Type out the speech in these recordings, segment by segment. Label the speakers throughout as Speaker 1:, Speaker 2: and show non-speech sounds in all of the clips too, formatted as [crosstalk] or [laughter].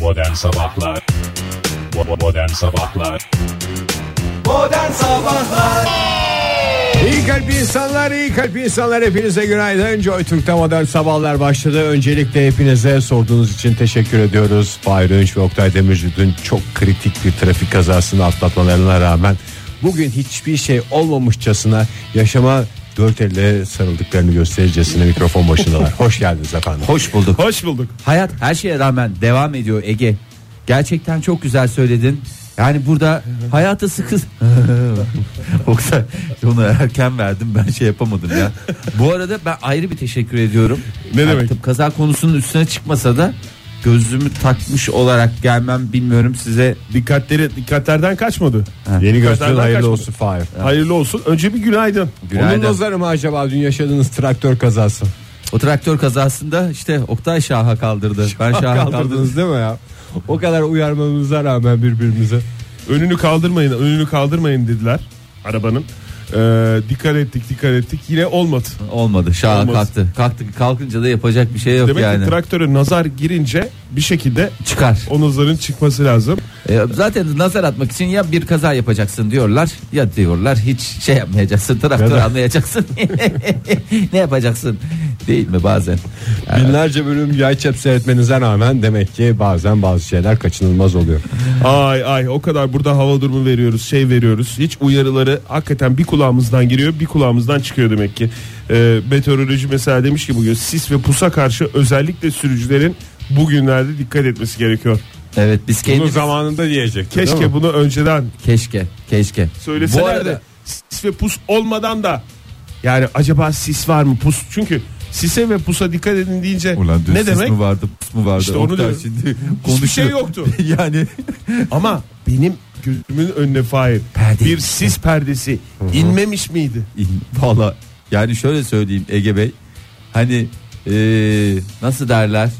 Speaker 1: Modern Sabahlar Bo- Modern Sabahlar
Speaker 2: Modern Sabahlar
Speaker 3: İyi kalp insanlar, iyi kalp insanlar hepinize günaydın. Joy Türk'te modern sabahlar başladı. Öncelikle hepinize sorduğunuz için teşekkür ediyoruz. Fahir Önç ve Oktay Demirci dün çok kritik bir trafik kazasını atlatmalarına rağmen bugün hiçbir şey olmamışçasına yaşama dört elle sarıldıklarını göstericesine mikrofon başındalar.
Speaker 4: [laughs]
Speaker 3: Hoş geldiniz efendim.
Speaker 4: Hoş bulduk.
Speaker 5: Hoş bulduk.
Speaker 4: Hayat her şeye rağmen devam ediyor Ege. Gerçekten çok güzel söyledin. Yani burada hayata sıkı... [laughs] Yoksa onu erken verdim ben şey yapamadım ya. Bu arada ben ayrı bir teşekkür ediyorum.
Speaker 5: Ne demek?
Speaker 4: Artık kaza konusunun üstüne çıkmasa da gözlüğümü takmış olarak gelmem bilmiyorum size.
Speaker 5: Dikkatleri dikkatlerden kaçmadı.
Speaker 3: Yeni gözlüğün
Speaker 5: Kazanlar
Speaker 3: hayırlı
Speaker 5: kaçmadı.
Speaker 3: olsun Fahir.
Speaker 5: Hayırlı olsun. Önce bir günaydın.
Speaker 4: Günaydın.
Speaker 3: Onun nazarı mı acaba dün yaşadığınız traktör kazası?
Speaker 4: O traktör kazasında işte Oktay Şah'a kaldırdı. Ben Şah'a kaldırdım.
Speaker 3: Kaldırdınız değil mi ya? [laughs] O kadar uyarmamıza rağmen birbirimize.
Speaker 5: Önünü kaldırmayın, önünü kaldırmayın dediler arabanın. Ee, dikkat ettik, dikkat ettik. Yine olmadı.
Speaker 4: Olmadı. Şah'a
Speaker 5: Olmaz.
Speaker 4: kalktı. Kalktı. Kalkınca da yapacak bir şey yok
Speaker 5: Demek
Speaker 4: yani.
Speaker 5: ki traktöre nazar girince bir şekilde
Speaker 4: Çıkar.
Speaker 5: o nazarın çıkması lazım.
Speaker 4: E, zaten nazar atmak için ya bir kaza yapacaksın diyorlar ya diyorlar hiç şey yapmayacaksın traktör almayacaksın [laughs] ne yapacaksın değil mi bazen
Speaker 3: Binlerce bölüm yayçep seyretmenize rağmen demek ki bazen bazı şeyler kaçınılmaz oluyor.
Speaker 5: Ay ay o kadar burada hava durumu veriyoruz, şey veriyoruz. Hiç uyarıları hakikaten bir kulağımızdan giriyor, bir kulağımızdan çıkıyor demek ki. Ee, meteoroloji mesela demiş ki bugün sis ve pusa karşı özellikle sürücülerin bugünlerde dikkat etmesi gerekiyor.
Speaker 4: evet biz
Speaker 3: Bunu
Speaker 4: kendimiz
Speaker 3: zamanında diyecekti. değil
Speaker 5: Keşke
Speaker 3: mi?
Speaker 5: bunu önceden
Speaker 4: keşke keşke
Speaker 5: söyleseler
Speaker 4: bu arada
Speaker 5: de sis ve pus olmadan da yani acaba sis var mı pus çünkü sise ve pusa dikkat edin deyince ne demek
Speaker 4: vardı mu vardı
Speaker 5: İşte onu Oktay diyorum.
Speaker 4: şimdi
Speaker 5: hiçbir şey yoktu
Speaker 4: [laughs] yani
Speaker 5: ama benim gözümün önüne fail
Speaker 4: Perde.
Speaker 5: bir sis perdesi inmemiş miydi?
Speaker 4: Valla yani şöyle söyleyeyim Ege Bey. Hani eee, nasıl derler?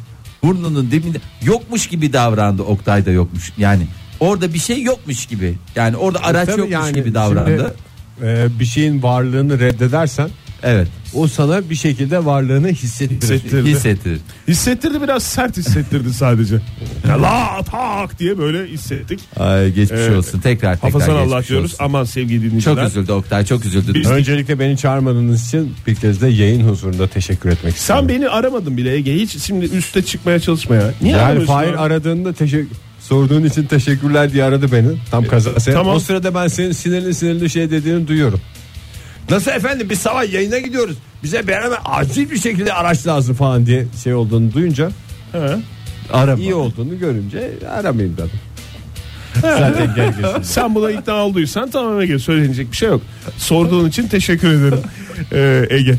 Speaker 4: Burnunun dibinde yokmuş gibi davrandı. Oktay da yokmuş. Yani orada bir şey yokmuş gibi. E, Yani orada araç
Speaker 3: Tabii
Speaker 4: yokmuş
Speaker 3: yani
Speaker 4: gibi davrandı.
Speaker 3: şimdi, e, bir şeyin varlığını reddedersen
Speaker 4: Evet.
Speaker 3: o sana bir şekilde varlığını hissettirir.
Speaker 5: Hissettirdi.
Speaker 4: Hissettir.
Speaker 5: Hissettirdi biraz sert hissettirdi sadece. Ya La tak diye böyle hissettik.
Speaker 4: Ay geçmiş
Speaker 5: Evet.
Speaker 4: olsun. Tekrar tekrar
Speaker 5: Hafazan
Speaker 4: geçmiş
Speaker 5: Allah diyoruz
Speaker 4: olsun.
Speaker 5: aman sevgili dinleyiciler.
Speaker 4: Çok üzüldü Oktay çok üzüldü.
Speaker 5: Biz-
Speaker 3: Öncelikle beni çağırmadığınız için bir kez de yayın huzurunda teşekkür etmek istiyorum.
Speaker 5: Sen beni aramadın bile Ege hiç şimdi üste çıkmaya çalışma ya. Niye
Speaker 3: yani
Speaker 5: aramıyorsun
Speaker 3: Fahir
Speaker 5: abi?
Speaker 3: aradığında teşekkür sorduğun için teşekkürler diye aradı beni. Tam kaza. Sen-
Speaker 5: tamam.
Speaker 3: O sırada ben senin sinirli sinirli şey dediğini duyuyorum. Nasıl efendim biz sabah yayına gidiyoruz. Bize beraber acil bir şekilde araç lazım falan diye şey olduğunu duyunca
Speaker 5: He.
Speaker 4: Arama.
Speaker 3: iyi olduğunu görünce aramayayım dedim. Sen de gel geçin.
Speaker 5: Sen buna ikna olduysan tamam Ege söylenecek bir şey yok. Sorduğun için teşekkür ederim Ee, Ege.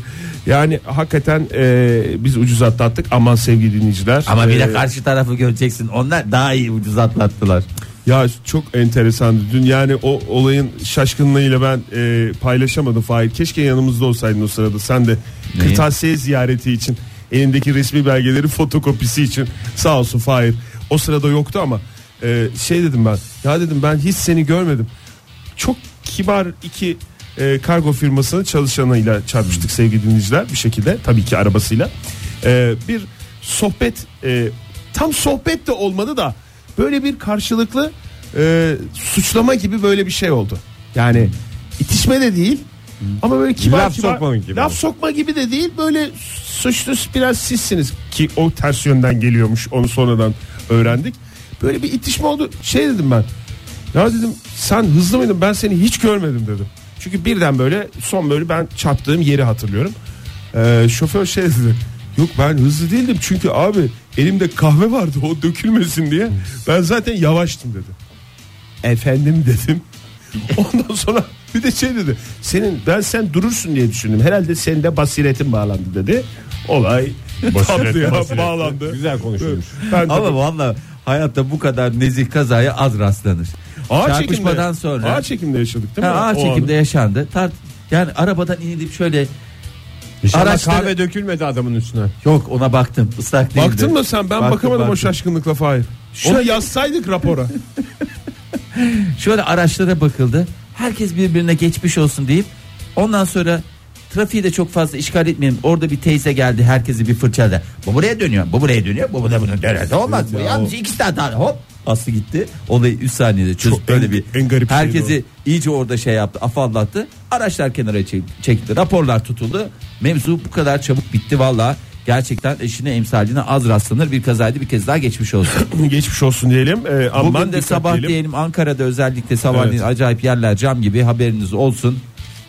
Speaker 5: Yani hakikaten e, biz ucuz atlattık aman sevgili dinleyiciler.
Speaker 4: Ama bir
Speaker 5: Ee,
Speaker 4: de karşı tarafı göreceksin. Onlar daha iyi ucuz atlattılar.
Speaker 5: Ya çok enteresandı dün yani o olayın şaşkınlığıyla ben e, paylaşamadım Fahir. Keşke yanımızda olsaydın o sırada sen de
Speaker 4: Neyi?
Speaker 5: kırtasiye ziyareti için elindeki resmi belgelerin fotokopisi için sağ olsun Fahir. O sırada yoktu ama e, şey dedim ben ya dedim ben hiç seni görmedim. Çok kibar iki e, kargo firmasının çalışanıyla çarpıştık sevgili dinleyiciler bir şekilde tabii ki arabasıyla. E, bir sohbet e, tam sohbet de olmadı da böyle bir karşılıklı e, suçlama gibi böyle bir şey oldu. Yani itişme de değil ama böyle kibar
Speaker 3: Laf
Speaker 5: kibar-
Speaker 3: sokma gibi
Speaker 5: laf
Speaker 3: oldu.
Speaker 5: sokma gibi de değil böyle suçlu biraz sizsiniz ki o ters yönden geliyormuş onu sonradan öğrendik. Böyle bir itişme oldu şey dedim ben ya dedim sen hızlı mıydın ben seni hiç görmedim dedim. Çünkü birden böyle son böyle ben çarptığım yeri hatırlıyorum. Ee, şoför şey dedi. Yok ben hızlı değildim çünkü abi elimde kahve vardı o dökülmesin diye. Ben zaten yavaştım dedi. Efendim [laughs] dedim. Ondan sonra bir de şey dedi. Senin ben sen durursun diye düşündüm. Herhalde senin de basiretin bağlandı dedi. Olay tatlıya bağlandı.
Speaker 3: Güzel konuşulmuş.
Speaker 5: Ben de-
Speaker 4: Ama valla hayatta bu kadar nezih kazaya az rastlanır.
Speaker 5: ağır
Speaker 4: Çarpışmadan
Speaker 5: çekimde,
Speaker 4: sonra.
Speaker 5: ağır çekimde yaşadık değil
Speaker 4: Ha,
Speaker 5: mi?
Speaker 4: ağır
Speaker 5: O
Speaker 4: çekimde yaşandı. Tar- yani arabadan inilip şöyle
Speaker 3: İnşallah
Speaker 4: Araçları-
Speaker 3: kahve dökülmedi adamın üstüne.
Speaker 4: yok ona baktım ıslak değildi.
Speaker 5: Baktın mı sen? Ben
Speaker 4: Baktım,
Speaker 5: bakamadım o
Speaker 4: baktım.
Speaker 5: şaşkınlıkla Fahir. Ona
Speaker 4: [laughs]
Speaker 5: yazsaydık rapora.
Speaker 4: Şöyle araçlara bakıldı. Herkes birbirine geçmiş olsun deyip ondan sonra trafiği de çok fazla işgal etmeyelim. Orada bir teyze geldi herkesi bir fırçaladı. Bu buraya dönüyor. Bu buraya dönüyor. Bu da bunu dönüyor. Olmaz. Bu yalnız iki tane daha hop. Aslı gitti. Olayı 3 saniyede çözüp
Speaker 5: Çok
Speaker 4: böyle
Speaker 5: en-
Speaker 4: bir
Speaker 5: en garip şey
Speaker 4: herkesi
Speaker 5: bu.
Speaker 4: iyice orada şey yaptı. Afallattı. Araçlar kenara çek- çekti. Raporlar tutuldu. Mevzu bu kadar çabuk bitti valla. Gerçekten eşine emsaline az rastlanır bir kazaydı bir kez daha geçmiş olsun.
Speaker 5: Geçmiş olsun diyelim. Ee, aman
Speaker 4: Bugün de
Speaker 5: dikkat
Speaker 4: sabah
Speaker 5: diyelim.
Speaker 4: diyelim Ankara'da özellikle sabahleyin
Speaker 5: Evet.
Speaker 4: acayip yerler cam gibi haberiniz olsun.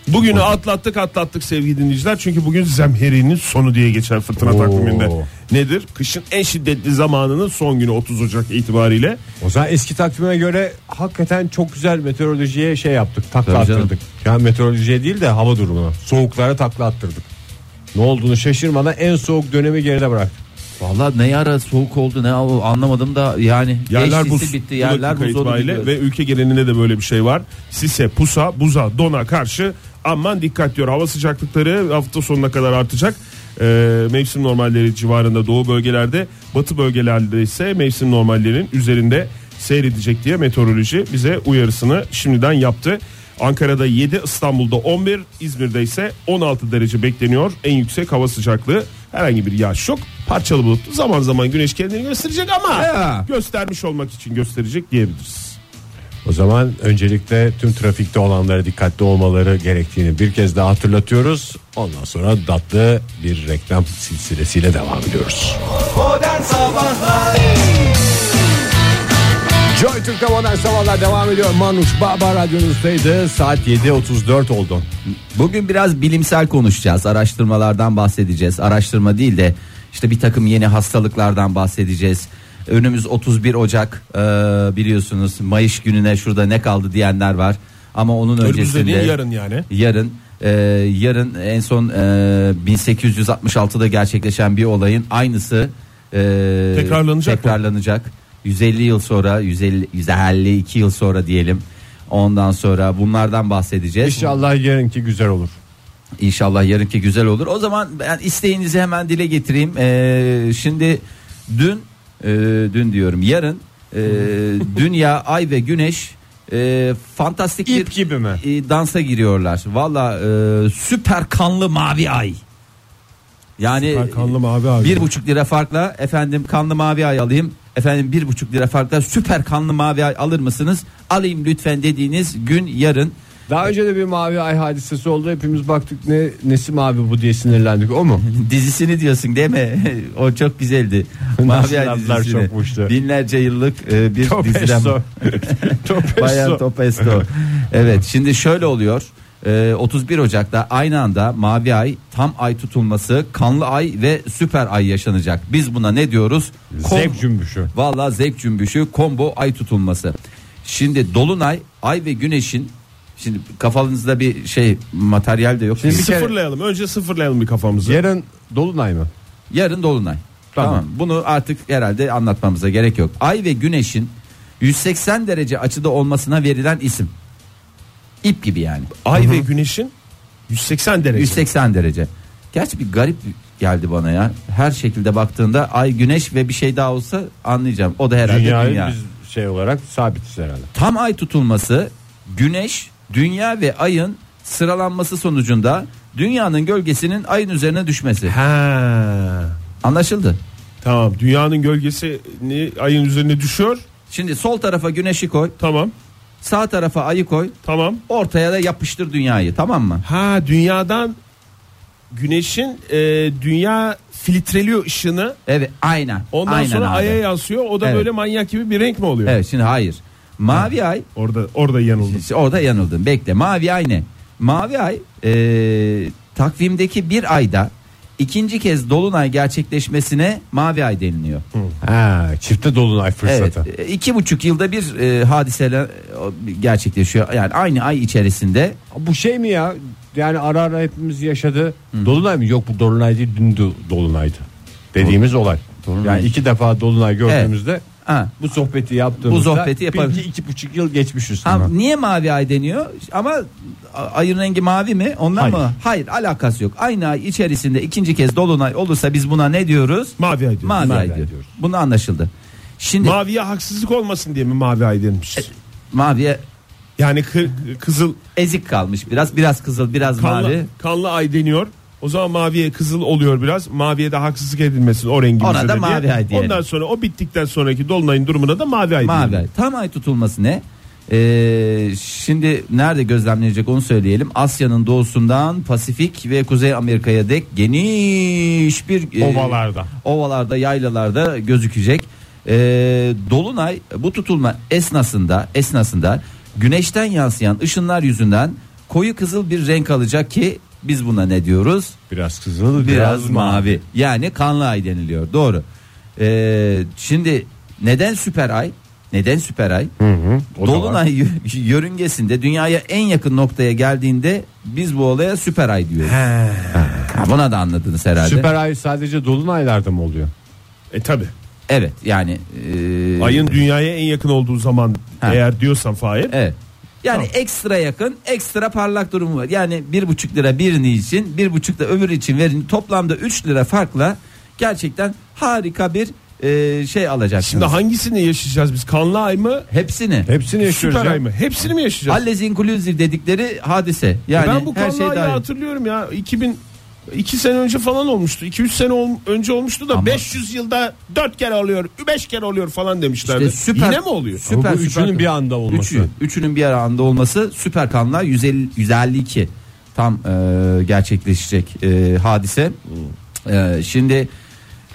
Speaker 5: Bugünü atlattık atlattık sevgili dinleyiciler. Çünkü bugün zemherinin sonu diye geçer fırtına takviminde. Nedir? Kışın en şiddetli zamanının son günü 30 Ocak itibariyle.
Speaker 3: O zaman eski takvime göre hakikaten çok güzel meteorolojiye şey yaptık. Takla
Speaker 4: Tabii canım.
Speaker 3: attırdık. Yani meteorolojiye değil de hava durumuna. Soğuklara takla attırdık. Ne olduğunu şaşırmadan en soğuk dönemi geride bıraktık.
Speaker 4: Vallahi ne ara soğuk oldu ne o anlamadım da yani
Speaker 5: Yerler
Speaker 4: eşlisi
Speaker 5: buz.
Speaker 4: bitti
Speaker 5: bu
Speaker 4: yerler
Speaker 5: dakika
Speaker 4: buz onu
Speaker 5: itibariyle
Speaker 4: biliyorum.
Speaker 5: Ve ülke genelinde de böyle bir şey var. Sise, pusa, buza, dona karşı aman dikkat diyor. Hava sıcaklıkları hafta sonuna kadar artacak. Ee, mevsim normalleri civarında doğu bölgelerde batı bölgelerde ise mevsim normallerinin üzerinde seyredecek diye meteoroloji bize uyarısını şimdiden yaptı. Ankara'da 7, İstanbul'da 11, İzmir'de ise 16 derece bekleniyor. En yüksek hava sıcaklığı herhangi bir yağış yok. Parçalı bulutlu zaman zaman güneş kendini gösterecek ama
Speaker 4: Ya.
Speaker 5: göstermiş olmak için gösterecek diyebiliriz.
Speaker 3: O zaman öncelikle tüm trafikte olanlara dikkatli olmaları gerektiğini bir kez daha hatırlatıyoruz. Ondan sonra tatlı bir reklam silsilesiyle devam ediyoruz.
Speaker 2: Modern Sabahlar
Speaker 3: Joy Türk'te modern sabahlar devam ediyor. Manuş Baba radyonuzdaydı. Saat 7.34 oldu.
Speaker 4: Bugün biraz bilimsel konuşacağız. Araştırmalardan bahsedeceğiz. Araştırma değil de işte bir takım yeni hastalıklardan bahsedeceğiz. Önümüz 31 Ocak eee, biliyorsunuz Mayıs gününe şurada ne kaldı diyenler var. Ama onun öncesinde
Speaker 5: yani.
Speaker 4: yarın eee, yarın en son e, eee, 1866'da gerçekleşen bir olayın aynısı eee,
Speaker 5: Tekrarlanacak mı?
Speaker 4: tekrarlanacak. 150 yıl sonra 150 152 yıl sonra diyelim. Ondan sonra bunlardan bahsedeceğiz.
Speaker 3: İnşallah yarınki güzel olur.
Speaker 4: İnşallah yarınki güzel olur. O zaman ben isteğinizi hemen dile getireyim. Ee, şimdi dün e, dün diyorum yarın
Speaker 5: [laughs]
Speaker 4: e, dünya ay ve güneş e, fantastik
Speaker 3: İp gibi mi?
Speaker 4: e, dansa giriyorlar. Valla e, süper kanlı mavi ay. Yani e,
Speaker 5: Süper kanlı mavi ay.
Speaker 4: bir buçuk lira farkla efendim kanlı mavi ay alayım. Efendim bir buçuk lira farkla süper kanlı mavi ay alır mısınız? Alayım lütfen dediğiniz gün yarın.
Speaker 3: Daha önce de bir mavi ay hadisesi oldu. Hepimiz baktık ne nesi mavi bu diye sinirlendik. O mu?
Speaker 4: dizisini diyorsun değil
Speaker 3: [laughs]
Speaker 4: mi? o çok güzeldi.
Speaker 3: Nasıl
Speaker 4: Mavi Ay
Speaker 3: laflar
Speaker 4: dizisini.
Speaker 3: çokmuştu.
Speaker 4: Binlerce yıllık e, bir diziden.
Speaker 3: [laughs] Topesto. Topesto.
Speaker 4: Bayan Topesto. evet şimdi şöyle oluyor. E, 31 Ocak'ta aynı anda mavi ay, tam ay tutulması, kanlı ay ve süper ay yaşanacak. Biz buna ne diyoruz?
Speaker 3: Zevk
Speaker 4: Kom-
Speaker 3: cümbüşü.
Speaker 4: Valla zevk cümbüşü combo ay tutulması. Şimdi dolunay, ay ve güneşin Şimdi kafanızda bir şey materyal de yok.
Speaker 3: Şimdi bir kere-
Speaker 5: Sıfırlayalım. Önce sıfırlayalım bir kafamızı.
Speaker 3: Yarın dolunay mı?
Speaker 4: Yarın dolunay. Tamam.
Speaker 3: Tamam.
Speaker 4: Bunu artık herhalde anlatmamıza gerek yok. Ay ve güneşin 180 derece açıda olmasına verilen isim. İp gibi yani.
Speaker 5: Ay ve güneşin 180 derece.
Speaker 4: 180 derece. Gerçi bir garip geldi bana ya. Her şekilde baktığında ay, güneş ve bir şey daha olsa anlayacağım. O da herhalde
Speaker 3: Dünyayı
Speaker 4: dünya.
Speaker 3: biz şey olarak sabitiz herhalde.
Speaker 4: Tam ay tutulması güneş, dünya ve ayın sıralanması sonucunda dünyanın gölgesinin ayın üzerine düşmesi.
Speaker 5: Ha.
Speaker 4: Anlaşıldı.
Speaker 5: Tamam. Dünyanın gölgesini ayın üzerine düşüyor.
Speaker 4: Şimdi sol tarafa güneşi koy,
Speaker 5: Tamam.
Speaker 4: sağ tarafa ayı koy,
Speaker 5: Tamam.
Speaker 4: Ortaya da yapıştır dünyayı tamam mı?
Speaker 5: Ha dünyadan güneşin e, dünya filtreliyor ışını.
Speaker 4: Evet aynen.
Speaker 5: Ondan
Speaker 4: aynen
Speaker 5: sonra
Speaker 4: abi.
Speaker 5: aya yansıyor. O da
Speaker 4: Evet.
Speaker 5: böyle manyak gibi bir renk mi oluyor?
Speaker 4: Evet şimdi hayır. Mavi ay
Speaker 5: Orada orada yanıldım.
Speaker 4: işte orada yanıldın bekle. Mavi ay ne? Mavi ay eee, takvimdeki bir ayda ikinci kez dolunay gerçekleşmesine mavi ay deniliyor.
Speaker 3: Ha, çifte dolunay
Speaker 4: Evet
Speaker 3: fırsatı.
Speaker 4: e, iki buçuk yılda bir e, hadiseler e, gerçekleşiyor. Yani aynı ay içerisinde
Speaker 3: Bu şey mi ya? Yani ara ara hepimiz yaşadı. Dolunay mı? Yok bu dolunay değil dün do- dolunaydı. Dediğimiz olay.
Speaker 4: Dolunay.
Speaker 3: Yani iki defa dolunay gördüğümüzde
Speaker 4: ha,
Speaker 3: bu sohbeti yaptığımızda
Speaker 4: Bu sohbeti yapalım.
Speaker 3: bir iki, iki buçuk yıl geçmiş üstüne.
Speaker 4: Ha, niye mavi ay deniyor? Ama a- ayın rengi mavi mi? Ondan
Speaker 3: Hayır.
Speaker 4: mı? Hayır, alakası yok. Aynı ay içerisinde ikinci kez dolunay olursa biz buna ne diyoruz?
Speaker 5: Mavi ay diyoruz.
Speaker 4: Mavi,
Speaker 5: Mavi
Speaker 4: ay
Speaker 5: ay
Speaker 4: diyor.
Speaker 5: diyoruz.
Speaker 4: Bunu anlaşıldı. Şimdi
Speaker 5: Maviye haksızlık olmasın diye mi mavi ay denmiş?
Speaker 4: maviye
Speaker 5: Yani kı- kızıl
Speaker 4: Ezik kalmış biraz. Biraz kızıl biraz
Speaker 5: kanlı,
Speaker 4: mavi.
Speaker 5: kanlı ay deniyor. O zaman maviye kızıl oluyor biraz. Maviye de haksızlık edilmesin o rengimize
Speaker 4: Ona da
Speaker 5: de diye.
Speaker 4: mavi ay diyelim.
Speaker 5: Ondan sonra o bittikten sonraki dolunayın durumuna da mavi ay
Speaker 4: Mavi.
Speaker 5: diyelim.
Speaker 4: Tam ay tutulması ne? Ee, şimdi nerede gözlemlenecek onu söyleyelim. Asya'nın doğusundan Pasifik ve Kuzey Amerika'ya dek geniş bir e,
Speaker 5: Ovalarda.
Speaker 4: ovalarda, yaylalarda gözükecek. Ee, dolunay bu tutulma esnasında esnasında güneşten yansıyan ışınlar yüzünden koyu kızıl bir renk alacak ki biz buna ne diyoruz?
Speaker 3: Biraz kızıl biraz,
Speaker 4: biraz
Speaker 3: mavi.
Speaker 4: mavi. Yani kanlı ay deniliyor. Doğru. Ee, şimdi neden süper ay? Neden süper ay?
Speaker 3: o da
Speaker 4: Dolunay yö- yörüngesinde dünyaya en yakın noktaya geldiğinde biz bu olaya süper ay diyoruz. Ha, Buna da anladınız herhalde.
Speaker 3: Süper ay sadece dolunaylarda mı oluyor?
Speaker 5: E tabi.
Speaker 4: Evet yani. e,
Speaker 5: Ayın dünyaya en yakın olduğu zaman
Speaker 4: Ha.
Speaker 5: eğer diyorsan Fahir.
Speaker 4: Evet. Yani ekstra yakın ekstra parlak durumu var. Yani bir buçuk lira birini için bir buçuk da öbürü için verin toplamda 3 lira farkla gerçekten harika bir e, şey alacaksınız.
Speaker 5: Şimdi hangisini yaşayacağız biz? Kanlı ay mı?
Speaker 4: Hepsini.
Speaker 3: Hepsini yaşıyoruz
Speaker 5: Süper
Speaker 3: ya.
Speaker 5: ay mı? Hepsini mi yaşayacağız?
Speaker 4: Alles inclusive dedikleri hadise. Yani
Speaker 5: E ben bu
Speaker 4: her
Speaker 5: kanlı
Speaker 4: şey
Speaker 5: ayı
Speaker 4: dahil.
Speaker 5: hatırlıyorum ya. 2000 2 sene önce falan olmuştu. 2-3 sene ol- önce olmuştu da
Speaker 4: Ama-
Speaker 5: 500 yılda 4 kere oluyor, 5 kere oluyor falan demişlerdi.
Speaker 4: İşte süper-
Speaker 5: Yine mi oluyor?
Speaker 4: süper-
Speaker 3: Bu üçünün bir anda olması.
Speaker 4: Üçü, üçünün bir aranda olması süper kanla 150, 152 tam e, gerçekleşecek e, hadise. E, şimdi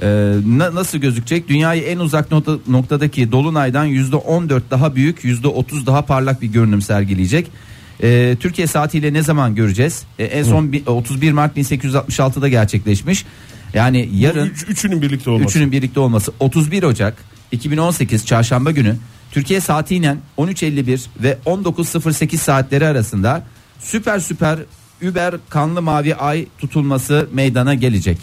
Speaker 4: e, na- nasıl gözükecek? Dünyayı en uzak nokta, noktadaki dolunaydan %14 daha büyük, %30 daha parlak bir görünüm sergileyecek. E, Türkiye saatiyle ne zaman göreceğiz? E, en son bi- 31 Mart 1866'da gerçekleşmiş. Yani yarın
Speaker 5: Üç- üçünün birlikte olması.
Speaker 4: Üçünün birlikte olması 31 Ocak 2018 Çarşamba günü Türkiye saatiyle 13.51 ve 19.08 saatleri arasında süper süper über kanlı mavi ay tutulması meydana gelecek.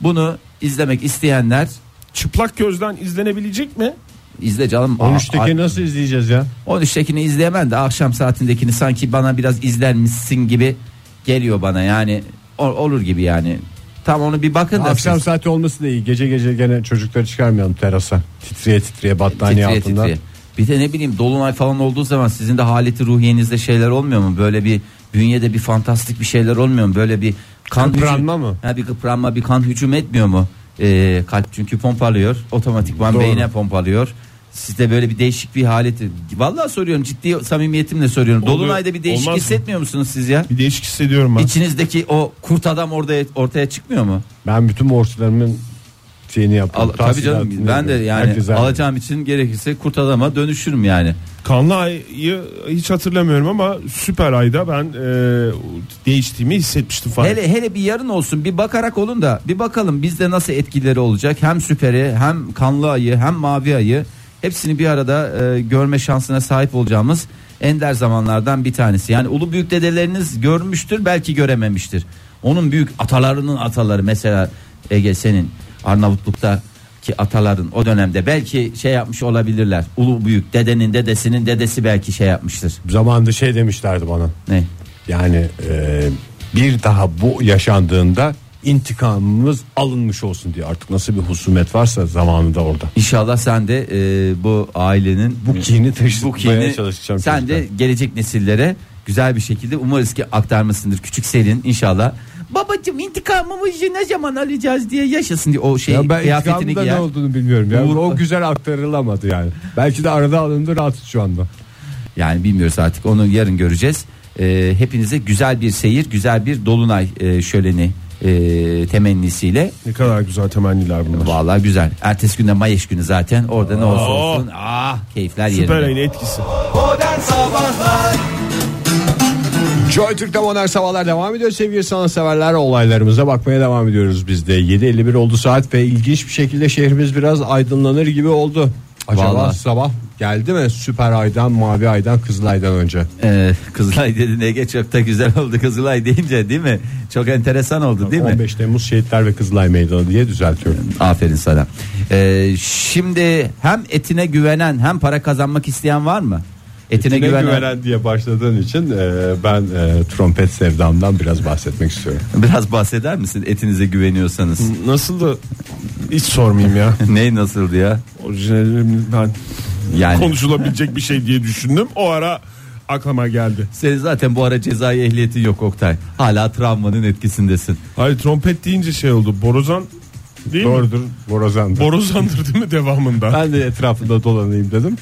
Speaker 4: Bunu izlemek isteyenler
Speaker 5: Çıplak gözden izlenebilecek mi?
Speaker 4: izle canım.
Speaker 3: 13'teki
Speaker 4: Aa,
Speaker 3: nasıl izleyeceğiz ya?
Speaker 4: 13'tekini izleyemem de akşam saatindekini sanki bana biraz izlenmişsin gibi geliyor bana yani O- olur gibi yani. Tam onu bir bakın da
Speaker 3: Akşam
Speaker 4: siz.
Speaker 3: saati olması da iyi. Gece gece gene çocukları çıkarmayalım terasa. Titriye titriye battaniye
Speaker 4: Titriye
Speaker 3: altında.
Speaker 4: titriye. Bir de ne bileyim dolunay falan olduğu zaman sizin de haleti ruhiyenizde şeyler olmuyor mu? Böyle bir bünyede bir fantastik bir şeyler olmuyor mu? Böyle bir kan
Speaker 3: Kıpranma
Speaker 4: hücum-
Speaker 3: mı?
Speaker 4: Ha, bir kıpranma bir kan hücum etmiyor mu? Ee, kalp çünkü pompalıyor. Otomatikman
Speaker 3: Doğru.
Speaker 4: beyne pompalıyor. Sizde böyle bir değişik bir haleti. Vallahi soruyorum ciddi samimiyetimle soruyorum.
Speaker 5: Oluyor.
Speaker 4: Dolunayda bir değişik
Speaker 5: Olmaz mı?
Speaker 4: hissetmiyor musunuz siz ya?
Speaker 5: Bir değişik hissediyorum ben.
Speaker 4: İçinizdeki o kurt adam orada ortaya çıkmıyor mu?
Speaker 3: Ben bütün borçlarımın şeyini
Speaker 4: Al,
Speaker 3: yapıyorum.
Speaker 4: tabii canım ben
Speaker 3: tahsilatını
Speaker 4: de
Speaker 3: yapıyorum.
Speaker 4: yani
Speaker 3: Herkese-
Speaker 4: alacağım için gerekirse kurt adama dönüşürüm yani.
Speaker 5: Kanlı ayı hiç hatırlamıyorum ama süper ayda ben e, değiştiğimi hissetmiştim falan.
Speaker 4: Hele hele bir yarın olsun bir bakarak olun da bir bakalım bizde nasıl etkileri olacak. Hem süperi hem kanlı ayı hem mavi ayı hepsini bir arada e, görme şansına sahip olacağımız ender zamanlardan bir tanesi. Yani ulu büyük dedeleriniz görmüştür belki görememiştir. Onun büyük atalarının ataları mesela Ege senin Arnavutluk'ta ki ataların o dönemde belki şey yapmış olabilirler. Ulu büyük dedenin dedesinin dedesi belki şey yapmıştır.
Speaker 3: Zamanında şey demişlerdi bana.
Speaker 4: Ne?
Speaker 3: Yani e, bir daha bu yaşandığında intikamımız alınmış olsun diye artık nasıl bir husumet varsa zamanında orada.
Speaker 4: İnşallah sen de e, bu ailenin
Speaker 3: Bu kini
Speaker 4: bu
Speaker 3: taşıtmaya
Speaker 4: kini
Speaker 3: çalışacağım.
Speaker 4: sen
Speaker 3: çocuklar.
Speaker 4: de gelecek nesillere güzel bir şekilde umarız ki aktarmasındır. Küçük Selin inşallah. Babacım intikamımızı ne zaman alacağız diye yaşasın diye o şey
Speaker 3: ya ben
Speaker 4: kıyafetini
Speaker 3: intikamında
Speaker 4: giyer.
Speaker 3: ne olduğunu bilmiyorum. Ya.
Speaker 4: Uğur-
Speaker 3: O güzel aktarılamadı yani. Belki de arada alındı rahatsız şu anda.
Speaker 4: Yani bilmiyoruz artık onu yarın göreceğiz. Ee, hepinize güzel bir seyir, güzel bir dolunay e, şöleni e, temennisiyle.
Speaker 5: Ne kadar güzel temenniler bunlar.
Speaker 4: Vallahi güzel. Ertesi günde Mayeş günü zaten. Orada ne olsa
Speaker 5: Aa.
Speaker 4: olsun. Ah keyifler yerinde.
Speaker 5: Süper ayın etkisi.
Speaker 2: Modern Sabahlar
Speaker 3: Joy Türk'te modern sabahlar devam ediyor sevgili sanatseverler olaylarımıza bakmaya devam ediyoruz biz de 7.51 oldu saat ve ilginç bir şekilde şehrimiz biraz aydınlanır gibi oldu Acaba
Speaker 4: Vallahi.
Speaker 3: sabah geldi mi süper aydan mavi aydan kızılaydan önce
Speaker 4: Ee, Kızılay dedin Ege çok da güzel oldu Kızılay deyince değil mi? Çok enteresan oldu değil mi?
Speaker 3: 15 Temmuz şehitler ve Kızılay meydanı diye düzeltiyorum
Speaker 4: Aferin sana. Ee, şimdi hem etine güvenen hem para kazanmak isteyen var mı? Etine,
Speaker 3: Etine
Speaker 4: güvenen.
Speaker 3: güvenen diye başladığın için e, ben e, trompet sevdamdan biraz bahsetmek istiyorum
Speaker 4: Biraz bahseder misin etinize güveniyorsanız?
Speaker 5: Nasıl da hiç sormayayım ya.
Speaker 4: [laughs] Ney nasıldı ya?
Speaker 5: Orijinalimden
Speaker 4: Yani
Speaker 5: konuşulabilecek bir şey diye düşündüm. O ara aklıma geldi.
Speaker 4: Senin zaten bu ara cezai ehliyetin yok Oktay. Hala travmanın etkisindesin.
Speaker 5: Hayır trompet deyince şey oldu. Borazan değil mi?
Speaker 3: Doğrudur. Borazan'da.
Speaker 5: Borazandır değil mi devamında?
Speaker 3: ben de etrafında dolanayım dedim.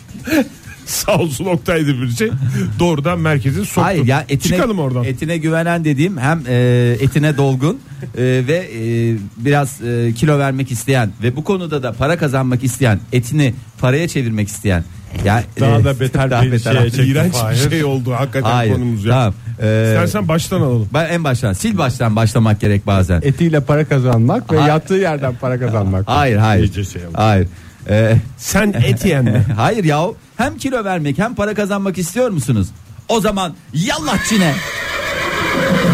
Speaker 5: Sağ olsun Oktay'dı bir şey. Doğrudan merkeze soktu.
Speaker 4: Hayır ya etine,
Speaker 5: Çıkalım oradan.
Speaker 4: etine güvenen dediğim hem e, etine dolgun e, ve e, biraz e, kilo vermek isteyen ve bu konuda da para kazanmak isteyen etini paraya çevirmek isteyen. Ya,
Speaker 3: Daha
Speaker 4: e,
Speaker 3: da
Speaker 4: [laughs]
Speaker 3: beter
Speaker 4: daha
Speaker 3: bir şeye Şey, çekti
Speaker 5: İğrenç
Speaker 3: Fahir.
Speaker 5: bir şey oldu hakikaten
Speaker 4: Hayır.
Speaker 5: konumuz ya.
Speaker 4: Tamam. E,
Speaker 5: İstersen baştan alalım.
Speaker 4: ben en baştan sil baştan başlamak gerek bazen.
Speaker 5: E-
Speaker 3: Etiyle para kazanmak ve
Speaker 4: Hayır.
Speaker 3: yattığı yerden para kazanmak.
Speaker 4: Hayır hayır.
Speaker 3: İyice şey oldu.
Speaker 4: hayır. E,
Speaker 5: Sen et yiyen mi?
Speaker 4: [laughs] hayır ya hem kilo vermek hem para kazanmak istiyor musunuz? O zaman yallah
Speaker 5: [laughs]
Speaker 4: Çin'e.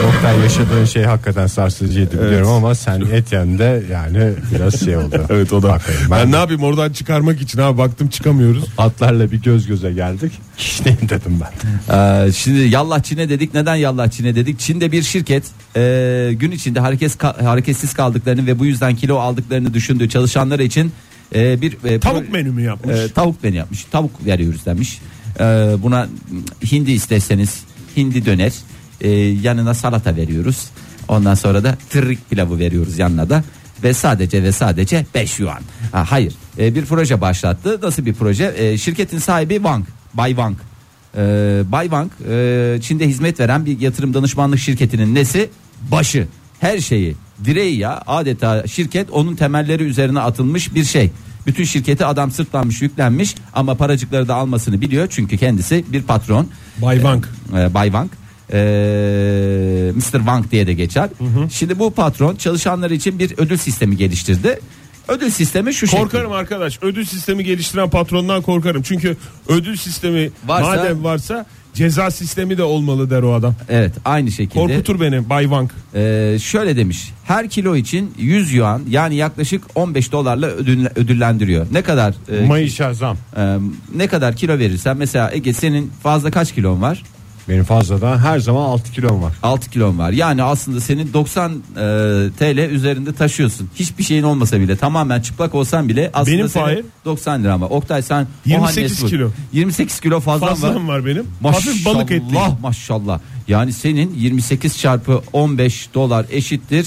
Speaker 3: Oktay yaşadığın şey hakikaten sarsıcıydı biliyorum ama sen Etienne de yani biraz şey oldu.
Speaker 5: [laughs] Evet o da.
Speaker 3: Bakayım,
Speaker 5: ben,
Speaker 3: ben
Speaker 5: ne yapayım oradan çıkarmak için ha baktım çıkamıyoruz.
Speaker 3: atlarla bir göz göze geldik. Kişneyin dedim ben.
Speaker 4: Ee, şimdi yallah Çin'e dedik. Neden yallah Çin'e dedik? Çin'de bir şirket e, gün içinde hareket hareketsiz kaldıklarını ve bu yüzden kilo aldıklarını düşündüğü çalışanları için e, bir e,
Speaker 5: Tavuk
Speaker 4: pro-
Speaker 5: menü mü yapmış?
Speaker 4: e, tavuk menü yapmış. Tavuk veriyoruz demiş. E, buna mm, hindi isterseniz hindi döner. E, yanına salata veriyoruz. Ondan sonra da tırrik pilavı veriyoruz yanına da. Ve sadece ve sadece 5 yuan. Ha, hayır. E, bir proje başlattı. Nasıl bir proje? E, şirketin sahibi Wang. Bay Wang. E, Bay Wang e, Çin'de hizmet veren bir yatırım danışmanlık şirketinin nesi? Başı. Her şeyi. Direği ya adeta şirket onun temelleri üzerine atılmış bir şey. Bütün şirketi adam sırtlanmış yüklenmiş ama paracıkları da almasını biliyor çünkü kendisi bir patron.
Speaker 5: Bay Wang.
Speaker 4: E, Bay Wang. E, Mr. Wang diye de geçer. Şimdi bu patron çalışanları için bir ödül sistemi geliştirdi. Ödül sistemi şu şekilde.
Speaker 5: Korkarım arkadaş. Ödül sistemi geliştiren patrondan korkarım. Çünkü ödül sistemi
Speaker 4: Varsa-
Speaker 5: madem varsa ceza sistemi de olmalı der o adam.
Speaker 4: Evet aynı şekilde.
Speaker 5: Korkutur beni Bay Wang.
Speaker 4: Ee, şöyle demiş. Her kilo için 100 yuan yani yaklaşık 15 dolarla ödül- ödüllendiriyor. Ne kadar e,
Speaker 3: Mayışa zam.
Speaker 4: e, ne kadar kilo verirsen mesela Ege senin fazla kaç kilon var?
Speaker 3: Benim fazladan her zaman 6 kilom var.
Speaker 4: 6 kilon var. Yani aslında senin 90 e, TL üzerinde taşıyorsun. Hiçbir şeyin olmasa bile tamamen çıplak olsan bile aslında
Speaker 5: Benim
Speaker 4: senin
Speaker 5: faiz?
Speaker 4: 90 lira ama Oktay sen
Speaker 5: 28
Speaker 4: Ohannes Vur.
Speaker 5: kilo.
Speaker 4: 28 kilo fazlan var.
Speaker 5: Fazlam var benim. Hafif balık etli.
Speaker 4: Maşallah maşallah. Yani senin 28 çarpı 15 dolar eşittir.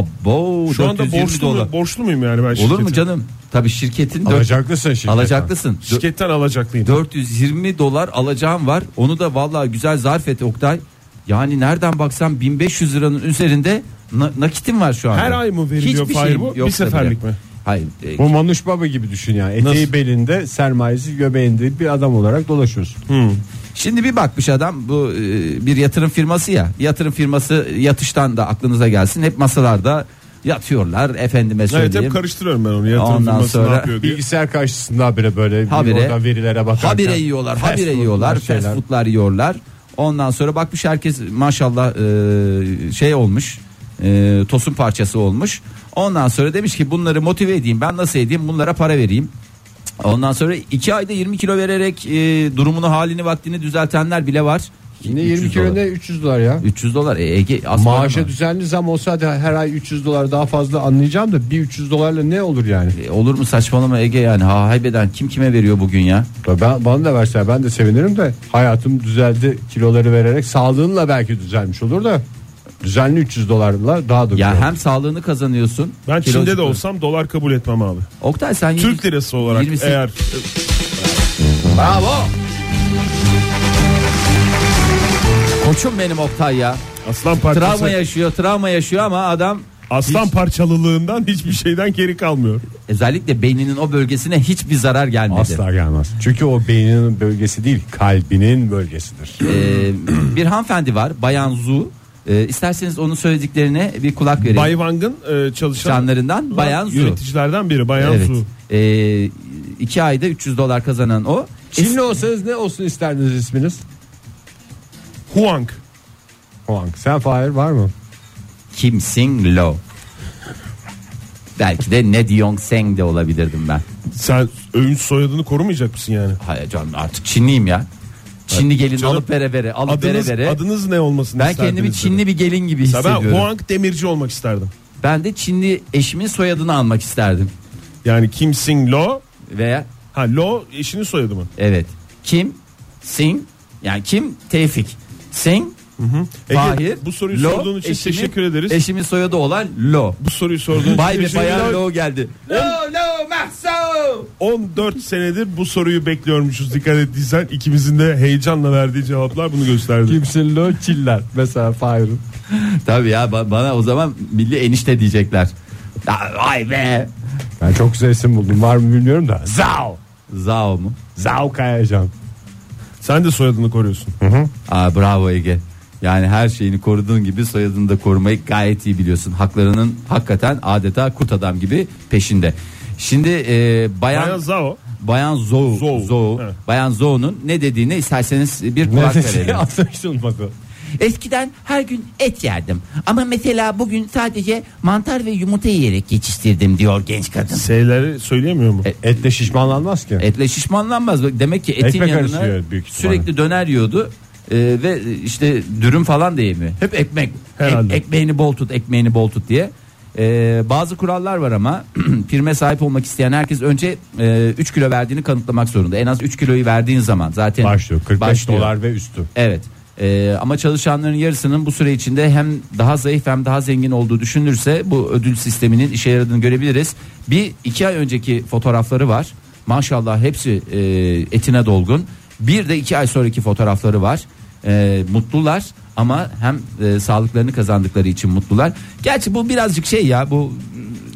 Speaker 4: Abo
Speaker 5: Şu anda
Speaker 4: 420
Speaker 5: borçlu,
Speaker 4: dolar.
Speaker 5: mu, borçlu muyum yani ben
Speaker 4: Olur mu
Speaker 5: şirkete?
Speaker 4: canım? Tabii şirketin dört-
Speaker 3: Alacaklısın şirketten.
Speaker 4: alacaklısın. Dö-
Speaker 5: Şirketten alacaklıyım.
Speaker 4: 420 dolar alacağım var. Onu da vallahi güzel zarf et Oktay. Yani nereden baksan 1500 liranın üzerinde na- nakitim var şu anda.
Speaker 5: Her ay mı veriliyor
Speaker 4: Hiçbir
Speaker 5: Fahir
Speaker 4: şeyim
Speaker 5: bu? Bir
Speaker 4: yoksa
Speaker 5: seferlik
Speaker 4: bile.
Speaker 5: mi?
Speaker 4: Hayır. e,
Speaker 3: Bu Manuş Baba gibi düşün yani. Eteği
Speaker 5: Nasıl?
Speaker 3: belinde sermayesi göbeğinde bir adam olarak dolaşıyorsun.
Speaker 4: Şimdi bir bakmış adam bu e, bir yatırım firması ya. Yatırım firması yatıştan da aklınıza gelsin. Hep masalarda yatıyorlar efendime söyleyeyim.
Speaker 5: Evet hep karıştırıyorum ben onu. Yatırım
Speaker 4: Ondan
Speaker 5: firması
Speaker 4: sonra-
Speaker 5: ne yapıyor diye.
Speaker 3: Bilgisayar karşısında habire böyle
Speaker 4: Habire.
Speaker 3: bir oradan verilere bakarken.
Speaker 4: Habire yiyorlar,
Speaker 3: fast
Speaker 4: habire
Speaker 3: foodlar,
Speaker 4: yiyorlar,
Speaker 3: şeyler.
Speaker 4: fast foodlar yiyorlar. Ondan sonra bakmış herkes maşallah e, şey olmuş, e, tosun parçası olmuş. Ondan sonra demiş ki bunları motive edeyim, ben nasıl edeyim, bunlara para vereyim. Ondan sonra 2 ayda 20 kilo vererek e, durumunu, halini, vaktini düzeltenler bile var.
Speaker 3: Ne
Speaker 4: 300
Speaker 3: 20 kilo
Speaker 4: dolar.
Speaker 3: ne 300 dolar ya.
Speaker 4: 300 dolar. E, Ege, az para
Speaker 3: Maaşa
Speaker 4: mı?
Speaker 3: düzenli zam olsa hadi her ay 300 dolar daha fazla anlayacağım da bir 300 dolarla ne olur yani?
Speaker 4: E, Olur mu saçmalama Ege yani ha haybeden kim kime veriyor bugün ya?
Speaker 3: Ben, bana da verse ben de sevinirim de hayatım düzeldi kiloları vererek sağlığınla belki düzelmiş olur da düzenli 300 dolarla daha da
Speaker 4: Ya
Speaker 3: güzel
Speaker 4: hem sağlığını kazanıyorsun.
Speaker 5: Ben Çin'de de
Speaker 4: kilocukla-
Speaker 5: olsam dolar kabul etmem abi.
Speaker 4: Oktay sen yirmi-
Speaker 5: Türk lirası olarak
Speaker 4: 28
Speaker 5: eğer
Speaker 4: Koçum benim Oktay ya.
Speaker 5: aslan
Speaker 4: Travma
Speaker 5: parçası
Speaker 4: yaşıyor, travma yaşıyor ama adam
Speaker 5: aslan parçalılığından hiçbir şeyden geri kalmıyor.
Speaker 4: özellikle beyninin o bölgesine hiçbir zarar gelmedi.
Speaker 3: Asla gelmez. Çünkü o beyninin bölgesi değil kalbinin bölgesidir.
Speaker 4: Ee, bir hanımefendi var, Bayan Zu. Ee, isterseniz onun söylediklerine bir kulak verin.
Speaker 5: Bay Wang'ın e, çalışan
Speaker 4: Canlarından Bayan Zu.
Speaker 5: yöneticilerden biri Bayan
Speaker 4: Evet.
Speaker 5: Su.
Speaker 4: Ee, iki ayda 300 dolar kazanan o.
Speaker 3: Çinli olsanız ne olsun isterdiniz isminiz?
Speaker 5: Huang.
Speaker 3: Huang. Sen Fahir var mı?
Speaker 4: Kim Sing Lo. Belki de Ned Yong Seng de olabilirdim ben.
Speaker 5: Sen övünç soyadını korumayacak mısın yani?
Speaker 4: Hayır canım artık Çinliyim ya. Çinli gelin
Speaker 5: Canım,
Speaker 4: alıp vere vere alıp
Speaker 5: Adınız,
Speaker 4: vere vere.
Speaker 5: adınız ne olmasını
Speaker 4: ben
Speaker 5: isterdiniz
Speaker 4: kendimi
Speaker 5: dedi.
Speaker 4: Çinli bir gelin gibi
Speaker 5: Ya Ben
Speaker 4: hissediyorum.
Speaker 5: Huang Demirci olmak isterdim.
Speaker 4: Ben de Çinli eşimin soyadını almak isterdim.
Speaker 5: Yani Kim Sing Lo.
Speaker 4: Veya
Speaker 5: Ha Lo eşinin soyadı mı?
Speaker 4: evet. Kim Sing Yani kim? Tevfik. Sen,
Speaker 5: Ege,
Speaker 4: Fahir,
Speaker 5: bu soruyu
Speaker 4: Lo,
Speaker 5: sorduğun için teşekkür ederiz.
Speaker 4: Eşimin soyadı olan Lo.
Speaker 5: Bu soruyu sorduğun
Speaker 4: Bay be
Speaker 5: için
Speaker 4: bayan Lo geldi.
Speaker 5: 14 senedir bu soruyu bekliyormuşuz dikkat ettiysen ikimizin de heyecanla verdiği cevaplar bunu gösterdi.
Speaker 3: Kimsin lo çiller mesela Fahir'in.
Speaker 4: Tabii ya ba- bana o zaman milli enişte diyecekler. Ya, Vay be.
Speaker 3: Ben çok güzel isim buldum var mı bilmiyorum da. Zao.
Speaker 4: Zao mu?
Speaker 3: Zao Kayacan.
Speaker 5: Sen de soyadını koruyorsun.
Speaker 4: Aa, bravo Ege. Yani her şeyini koruduğun gibi soyadını da korumayı gayet iyi biliyorsun. Haklarının hakikaten adeta kurt adam gibi peşinde. Şimdi e, bayan
Speaker 5: Bayan Zao.
Speaker 4: Bayan Zou,
Speaker 5: Zou.
Speaker 4: Zou.
Speaker 5: Evet.
Speaker 4: Bayan Zou'nun ne dediğini isterseniz bir kulak
Speaker 3: Neredeyse [laughs]
Speaker 4: verelim.
Speaker 3: atlaştın bakın.
Speaker 4: Eskiden her gün et yerdim ama mesela bugün sadece mantar ve yumurta yiyerek geçiştirdim diyor genç kadın.
Speaker 5: S'leri söyleyemiyor
Speaker 4: E,
Speaker 5: mu?
Speaker 3: Etle şişmanlanmaz ki.
Speaker 4: Etle şişmanlanmaz. Bak, Demek ki etin
Speaker 3: Ekmek
Speaker 4: yanına
Speaker 3: karışıyor büyük ihtimalle.
Speaker 4: sürekli döner yiyordu. Ee, ve işte dürüm falan da yemiyor. Hep ekmek.
Speaker 5: Herhalde.
Speaker 4: Ek- ekmeğini bol tut, ekmeğini bol tut diye. Ee, bazı kurallar var ama [clears throat] prime sahip olmak isteyen herkes önce 3 kilo verdiğini kanıtlamak zorunda. En az 3 kiloyu verdiğin zaman zaten
Speaker 3: Başlıyor 45
Speaker 4: başlıyor.
Speaker 3: dolar ve üstü.
Speaker 4: Evet. Ee, ama çalışanların yarısının bu süre içinde hem daha zayıf hem daha zengin olduğu düşünülürse bu ödül sisteminin işe yaradığını görebiliriz. Bir iki ay önceki fotoğrafları var. Maşallah hepsi e, etine dolgun. Bir de iki ay sonraki fotoğrafları var. E, mutlular ama hem e, sağlıklarını kazandıkları için mutlular. Gerçi bu birazcık şey ya bu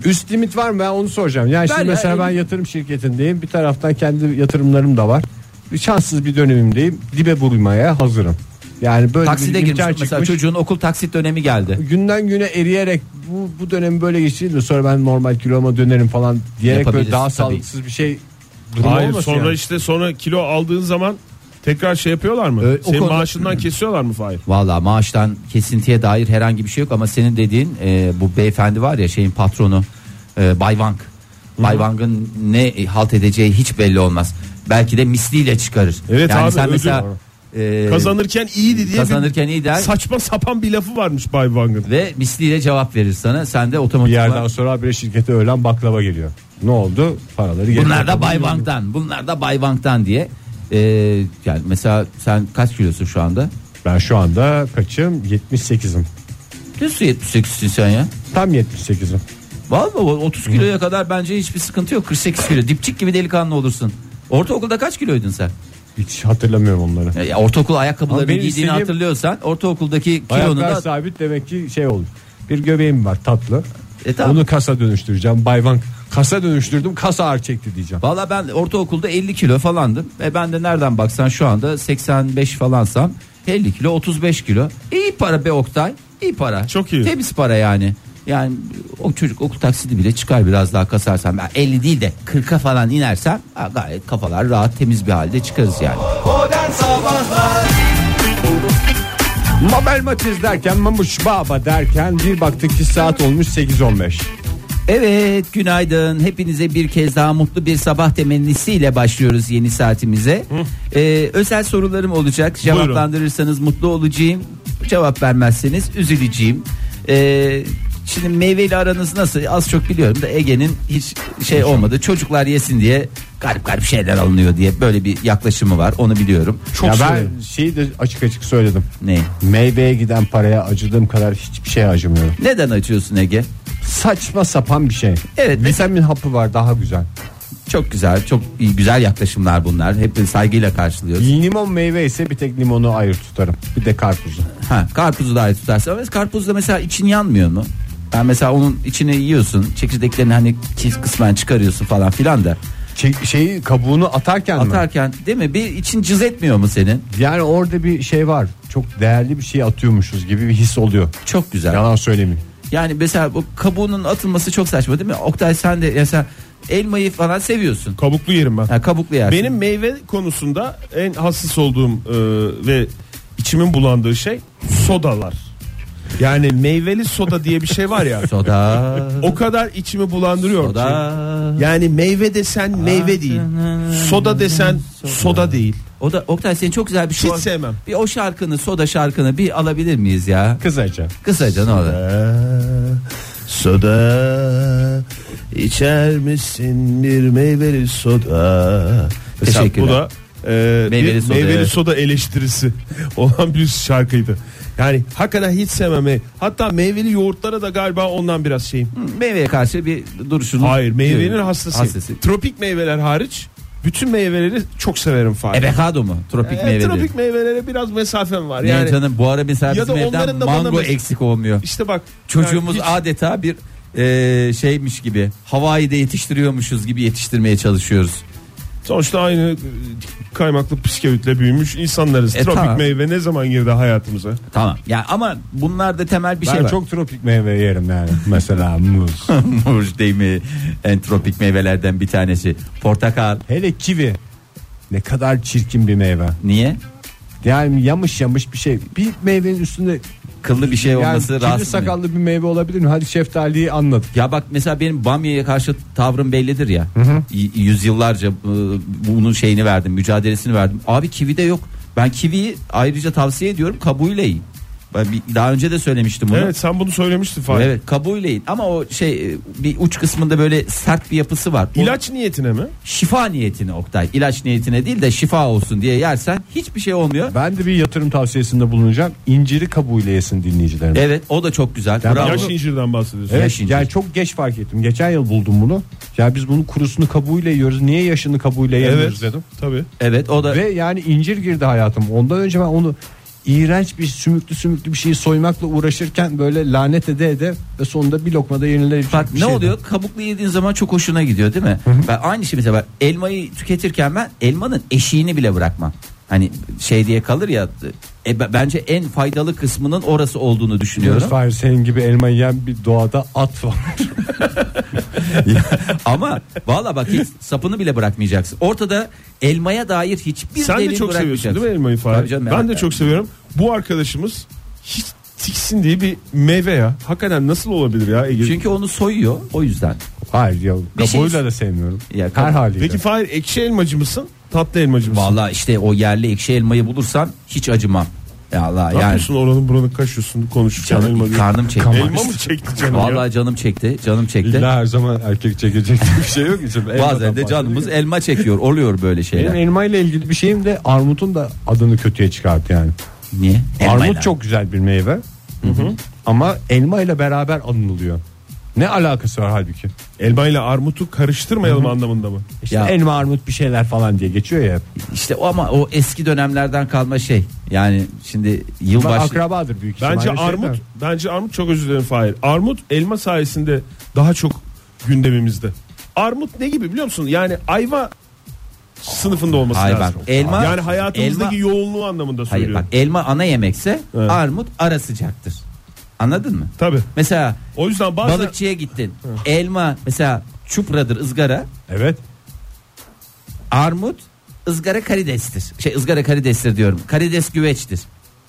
Speaker 3: Üst limit var mı ben onu soracağım. Yani
Speaker 4: Ben-
Speaker 3: şimdi mesela ben
Speaker 4: yani-
Speaker 3: yatırım şirketindeyim. Bir taraftan kendi yatırımlarım da var. Bir Şanssız bir dönemimdeyim. Dibe vurmaya hazırım. Yani böyle bir
Speaker 4: takside
Speaker 3: imkan
Speaker 4: girmiş mesela
Speaker 3: çıkmış.
Speaker 4: çocuğun okul taksit dönemi geldi.
Speaker 3: Günden güne eriyerek bu, bu dönemi böyle geçireyim de sonra ben normal kiloma dönerim falan diyerek böyle
Speaker 4: Yapabilirsin
Speaker 3: daha
Speaker 4: tabii.
Speaker 3: sağlıksız bir şey durumu
Speaker 5: Hayır
Speaker 3: olmasın
Speaker 5: sonra
Speaker 3: yani.
Speaker 5: işte sonra kilo aldığın zaman tekrar şey yapıyorlar mı?
Speaker 4: Ee, o
Speaker 5: Senin
Speaker 4: konuda-
Speaker 5: maaşından kesiyorlar mı Fahir?
Speaker 4: Valla maaştan kesintiye dair herhangi bir şey yok ama senin dediğin e, bu beyefendi var ya şeyin patronu e, Bay Wang. Bay Wang'ın ne halt edeceği hiç belli olmaz. Belki de misliyle çıkarır.
Speaker 5: Evet
Speaker 4: yani
Speaker 5: abi,
Speaker 4: sen
Speaker 5: ödül
Speaker 4: mesela e,
Speaker 3: Ee,
Speaker 5: Kazanırken iyiydi diye
Speaker 4: kazanırken iyi
Speaker 5: bir
Speaker 4: der
Speaker 5: saçma sapan bir lafı varmış Bay Wang'ın.
Speaker 4: ve misliyle cevap verir sana. Sen de
Speaker 3: bir
Speaker 4: otomatik
Speaker 3: yerden sonra bir şirkete öğlen baklava geliyor. Ne oldu? Paraları geri
Speaker 4: bunlar da
Speaker 3: topladım.
Speaker 4: Bay Wang'dan, bunlar da Bay Wang'dan diye. E, yani mesela sen kaç kilosun şu anda?
Speaker 3: Ben şu anda kaçım? 78'im.
Speaker 4: Düz 78'sin sen ya.
Speaker 3: Tam 78'im.
Speaker 4: Vallahi o 30 kiloya kadar bence hiçbir sıkıntı yok. 48 kilo dipçik gibi delikanlı olursun. Ortaokulda kaç kiloydun sen?
Speaker 3: Hiç hatırlamıyorum onları.
Speaker 4: Ya ortaokul
Speaker 3: Ama
Speaker 4: ayakkabılarını
Speaker 3: benim
Speaker 4: giydiğini
Speaker 3: istediğim-
Speaker 4: hatırlıyorsan ortaokuldaki kilonu
Speaker 3: Ayaklar
Speaker 4: da
Speaker 3: sabit demek ki şey olur. Bir göbeğim var tatlı.
Speaker 4: E tamam.
Speaker 3: Onu kasa dönüştüreceğim. Bayvan kasa dönüştürdüm. Kasa ağır çekti diyeceğim.
Speaker 4: Valla ben ortaokulda 50 kilo falandım. E ben de nereden baksan şu anda 85 falansam 50 kilo 35 kilo. İyi para be Oktay. İyi para.
Speaker 5: Çok iyi.
Speaker 4: Temiz para yani. Yani o çocuk okul taksidi bile çıkar biraz daha kasarsam. Ben 50 değil de 40'a falan inersem ha, gayet kafalar rahat temiz bir halde çıkarız yani.
Speaker 2: Modern Sabahlar
Speaker 3: Mabel Matiz derken Mamuş Baba derken bir baktık ki saat olmuş 8.15.
Speaker 4: Evet günaydın hepinize bir kez daha mutlu bir sabah temennisiyle başlıyoruz yeni saatimize Ee, Özel sorularım olacak cevaplandırırsanız mutlu olacağım Cevap vermezseniz üzüleceğim Ee, Şimdi meyveyle aranız nasıl az çok biliyorum da Ege'nin hiç şey olmadı Çocuklar yesin diye garip garip şeyler alınıyor diye böyle bir yaklaşımı var onu biliyorum
Speaker 5: Çok
Speaker 3: ya
Speaker 5: soruyorum.
Speaker 3: ben şeyi de açık açık söyledim.
Speaker 4: Ne?
Speaker 3: Meyveye giden paraya acıdığım kadar hiçbir şeye acımıyorum.
Speaker 4: Neden açıyorsun Ege?
Speaker 3: Saçma sapan bir şey.
Speaker 4: Evet.
Speaker 3: Vitamin hapı var daha güzel.
Speaker 4: Çok güzel çok iyi, güzel yaklaşımlar bunlar hep saygıyla karşılıyoruz
Speaker 3: Limon meyve ise bir tek limonu ayrı tutarım. Bir de karpuzu.
Speaker 4: Ha, karpuzu da ayrı tutarsın. Ama karpuzda mesela için yanmıyor mu? Ben mesela onun içini yiyorsun. Çekirdeklerini hani kes- kısmen çıkarıyorsun falan filan da.
Speaker 3: Çe- şeyi kabuğunu atarken mi?
Speaker 4: Atarken değil mi? Bir için cız etmiyor mu senin?
Speaker 3: Yani orada bir şey var. Çok değerli bir şey atıyormuşuz gibi bir his oluyor.
Speaker 4: Çok güzel.
Speaker 3: Yalan söylemeyeyim.
Speaker 4: Yani mesela bu kabuğunun atılması çok saçma değil mi? Oktay sen de mesela elmayı falan seviyorsun.
Speaker 5: Kabuklu yerim ben.
Speaker 4: Ha, kabuklu yersin.
Speaker 5: Benim meyve konusunda en hassas olduğum e, ve içimin bulandığı şey sodalar. Yani meyveli soda diye bir şey
Speaker 3: [laughs]
Speaker 5: var ya. [laughs]
Speaker 4: soda.
Speaker 5: o kadar içimi bulandırıyor ki.
Speaker 4: soda.
Speaker 5: Yani meyve desen meyve değil. Soda desen soda değil.
Speaker 4: O da Oktay senin çok güzel bir
Speaker 5: Hiç
Speaker 4: şarkı.
Speaker 5: sevmem.
Speaker 4: Bir o şarkını, soda şarkını bir alabilir miyiz ya?
Speaker 3: Kısaca.
Speaker 4: Kısaca ne
Speaker 5: Ee,
Speaker 4: olur?
Speaker 5: Soda içer misin bir meyveli soda.
Speaker 4: Teşekkürler.
Speaker 5: Bu da e,
Speaker 4: Meyveli
Speaker 5: bir
Speaker 4: soda,
Speaker 5: meyveli
Speaker 4: evet.
Speaker 5: soda eleştirisi [laughs] olan bir şarkıydı. Yani hakikaten hiç sevmem. meyve- Hatta meyveli yoğurtlara da galiba ondan biraz şeyim.
Speaker 4: Meyveye karşı bir duruşunuz.
Speaker 5: Hayır meyvenin hastasıyım.
Speaker 4: Hastası.
Speaker 5: Tropik meyveler hariç bütün meyveleri çok severim Fahir.
Speaker 4: Avokado mu? Tropik
Speaker 5: E,
Speaker 4: meyve
Speaker 5: tropik
Speaker 4: diyor.
Speaker 5: meyvelere biraz mesafem var.
Speaker 4: Yani,
Speaker 5: Yani
Speaker 4: canım bu ara mesela
Speaker 5: Ya
Speaker 4: bizim
Speaker 5: da
Speaker 4: evden
Speaker 5: onların da bana
Speaker 4: mango
Speaker 5: mesela-
Speaker 4: eksik olmuyor.
Speaker 5: işte bak
Speaker 4: Çocuğumuz
Speaker 5: yani hiç-
Speaker 4: adeta bir e, şeymiş gibi Hawaii'de yetiştiriyormuşuz gibi yetiştirmeye çalışıyoruz.
Speaker 5: sonuçta aynı e, kaymaklı psikevütle büyümüş insanlarız.
Speaker 4: E,
Speaker 5: tropik
Speaker 4: tamam.
Speaker 5: meyve ne zaman girdi hayatımıza?
Speaker 4: Tamam. Ya ama bunlarda temel bir
Speaker 3: Ben
Speaker 4: şey var.
Speaker 3: çok tropik meyve yerim [laughs] yani. Mesela muz.
Speaker 4: Muz değil mi? En tropik meyvelerden bir tanesi. Portakal.
Speaker 3: Hele kivi. Ne kadar çirkin bir meyve.
Speaker 4: Niye?
Speaker 3: Yani yamış yamış bir şey. Bir meyvenin üstünde
Speaker 4: Kıllı bir şey olması
Speaker 3: yani kirli
Speaker 4: rahatsız mı?
Speaker 3: sakallı bir meyve olabilir mi? Hadi şeftaliyi anladık.
Speaker 4: Ya bak mesela benim bamya'ya karşı tavrım bellidir ya. Y- Yüzyıllarca e, bunun şeyini verdim, mücadelesini verdim. Abi kivi de yok. Ben kiviyi ayrıca tavsiye ediyorum kabuğuyla yiyin. Ben bir- daha önce de söylemiştim bunu.
Speaker 5: Evet sen bunu söylemiştin Fahir.
Speaker 4: Evet kabuğuyla yiyin ama o şey e, bir uç kısmında böyle sert bir yapısı var. Onu-
Speaker 5: İlaç niyetine mi?
Speaker 4: şifa niyetine Oktay. İlaç niyetine değil de şifa olsun diye yersen hiçbir şey olmuyor.
Speaker 3: Ben de bir yatırım tavsiyesinde bulunacağım. İnciri kabuğuyla yesin dinleyicilerine.
Speaker 4: Evet o da çok güzel.
Speaker 3: Ya ben-
Speaker 4: Bravo.
Speaker 5: Yaş incirden bahsediyorsun.
Speaker 3: Evet,
Speaker 4: Yaş incir.
Speaker 3: yani çok geç fark ettim. Geçen yıl buldum bunu. Ya biz bunun kurusunu kabuğuyla yiyoruz. Niye yaşını kabuğuyla yemiyoruz dedim.
Speaker 5: Tabii.
Speaker 4: Evet o da
Speaker 3: Ve yani incir girdi hayatım. Ondan önce ben onu iğrenç bir sümüklü sümüklü bir şeyi soymakla uğraşırken böyle lanet ede ede ve sonunda bir lokmada yenilebilecek
Speaker 4: Bak
Speaker 3: bir şey
Speaker 4: ne
Speaker 5: şey
Speaker 3: şeydi.
Speaker 4: oluyor? Kabuklu yediğin zaman çok hoşuna gidiyor değil mi? Ben aynı şey mesela ben elmayı tüketirken ben elmanın eşiğini bile bırakmam. Hani şey diye kalır ya. e, b- bence en faydalı kısmının orası olduğunu düşünüyorum.
Speaker 3: Diyoruz, Fahir senin gibi elma yiyen bir doğada at var. [laughs]
Speaker 4: Ama valla bak hiç sapını bile bırakmayacaksın. Ortada elmaya dair hiçbir
Speaker 5: Sen
Speaker 4: delil
Speaker 5: de çok seviyorsun
Speaker 4: bırakmayacaksın.
Speaker 5: değil mi elmayı Fahir?
Speaker 4: Tabii canım,
Speaker 5: ben de
Speaker 4: evet.
Speaker 5: çok seviyorum. Bu arkadaşımız hiç tiksin diye bir meyve ya. Hakikaten nasıl olabilir ya Ege?
Speaker 4: Çünkü onu soyuyor o yüzden.
Speaker 3: Hayır ya
Speaker 4: Bir şey-
Speaker 3: kabuğuyla da sevmiyorum.
Speaker 4: Ya, kab-
Speaker 3: Her haliyle.
Speaker 5: Peki Fahir ekşi elmacı mısın? Tatlı elmacı mısın?
Speaker 4: Valla işte o yerli ekşi elmayı bulursam hiç acımam. Ya Allah
Speaker 5: Ne
Speaker 4: yani.
Speaker 5: yapıyorsun oranın buranı kaşıyorsun konuşurken
Speaker 4: Canım,
Speaker 5: elma diyor.
Speaker 4: karnım çekti.
Speaker 5: Elma mı çekti canım ya?
Speaker 4: Vallahi canım çekti, canım çekti.
Speaker 3: İlla her zaman erkek çekecek [laughs] bir şey yok için.
Speaker 4: Bazen de canımız elma çekiyor. Oluyor böyle
Speaker 3: Benim
Speaker 4: şeyler.
Speaker 3: elma ile ilgili bir şeyim de armutun da adını kötüye çıkarttı yani.
Speaker 4: Niye?
Speaker 3: Armut çok güzel bir meyve. Ama elma ile beraber anılıyor. Ne alakası var halbuki?
Speaker 5: Elma ile armutu karıştırmayalım anlamında mı?
Speaker 3: İşte
Speaker 4: Ya-
Speaker 3: elma armut bir şeyler falan diye geçiyor ya.
Speaker 4: işte o ama o eski dönemlerden kalma şey. Yani şimdi
Speaker 3: Bunlar
Speaker 4: yılbaşı
Speaker 3: akrabadır büyük ihtimalle. şey
Speaker 4: şey
Speaker 5: Bence
Speaker 3: şeyler.
Speaker 5: armut, bence armut çok özür dilerim Fahir. Armut elma sayesinde daha çok gündemimizde. Armut ne gibi biliyor musun? Yani ayva sınıfında olması
Speaker 4: Hayır
Speaker 5: lazım.
Speaker 4: bak, elma-
Speaker 5: yani hayatımızdaki
Speaker 4: elma-
Speaker 5: yoğunluğu anlamında
Speaker 4: Hayır bak
Speaker 5: söylüyorum.
Speaker 4: elma ana yemekse
Speaker 5: Evet.
Speaker 4: armut ara sıcaktır. Anladın mı?
Speaker 5: Tabii.
Speaker 4: Mesela
Speaker 5: O yüzden bazen
Speaker 4: balıkçıya gittin. elma mesela çupradır ızgara.
Speaker 3: Evet.
Speaker 4: Armut ızgara karidestir. Şey ızgara karidestir diyorum. Karides güveçtir.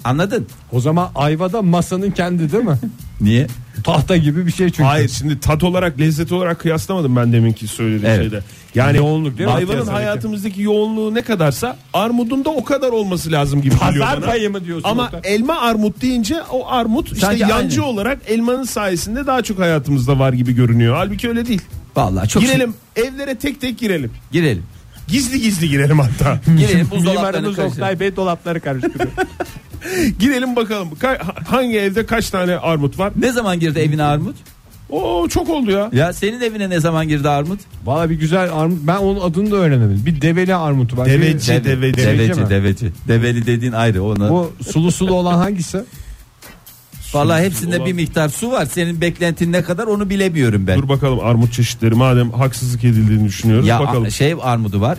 Speaker 4: Anladın?
Speaker 3: O zaman ayvada masanın
Speaker 4: [laughs]
Speaker 3: kendi değil mi?
Speaker 4: Niye?
Speaker 3: Tahta gibi bir şey çünkü.
Speaker 5: Hayır şimdi tat olarak lezzet olarak kıyaslamadım ben deminki söylediğim
Speaker 4: Evet.
Speaker 5: şeyde. Yani
Speaker 3: Yoğunluk değil mi?
Speaker 5: Ayvanın
Speaker 3: Piyasada.
Speaker 5: hayatımızdaki yoğunluğu ne kadarsa armudun da o kadar olması lazım gibi geliyor
Speaker 3: Pazar
Speaker 5: bana.
Speaker 3: payı mı diyorsun?
Speaker 5: Ama [laughs]
Speaker 3: Oktay?
Speaker 5: elma armut deyince o armut işte
Speaker 4: Sanki
Speaker 5: yancı
Speaker 4: aynı.
Speaker 5: olarak elmanın sayesinde daha çok hayatımızda var gibi görünüyor. Halbuki öyle değil.
Speaker 4: Vallahi çok şey-
Speaker 5: girelim evlere tek tek girelim.
Speaker 4: Girelim.
Speaker 5: Gizli gizli girelim hatta.
Speaker 4: Girelim buzdolaplarını
Speaker 3: Mimarımız
Speaker 4: karıştıralım.
Speaker 3: Oktay Bey dolapları karıştırıyor. [laughs]
Speaker 5: girelim bakalım ka- hangi evde kaç tane armut var.
Speaker 4: Ne zaman girdi evine armut?
Speaker 5: Oo çok oldu ya.
Speaker 4: Ya senin evine ne zaman girdi armut?
Speaker 3: Valla bir güzel armut. Ben onun adını da öğrenemedim. Bir develi armutu var. Bir- şey-
Speaker 5: Deveci. Deve- deveci
Speaker 4: deveci,
Speaker 3: mi?
Speaker 4: deveci. Develi dediğin ayrı ona.
Speaker 3: Bu sulu sulu olan hangisi?
Speaker 4: Vallahi hepsinde
Speaker 5: olan-
Speaker 4: bir miktar su var. Senin beklentin ne kadar onu bilemiyorum ben.
Speaker 5: Dur bakalım armut çeşitleri madem haksızlık edildiğini düşünüyoruz
Speaker 4: ya
Speaker 5: bakalım.
Speaker 4: a- şey armudu var.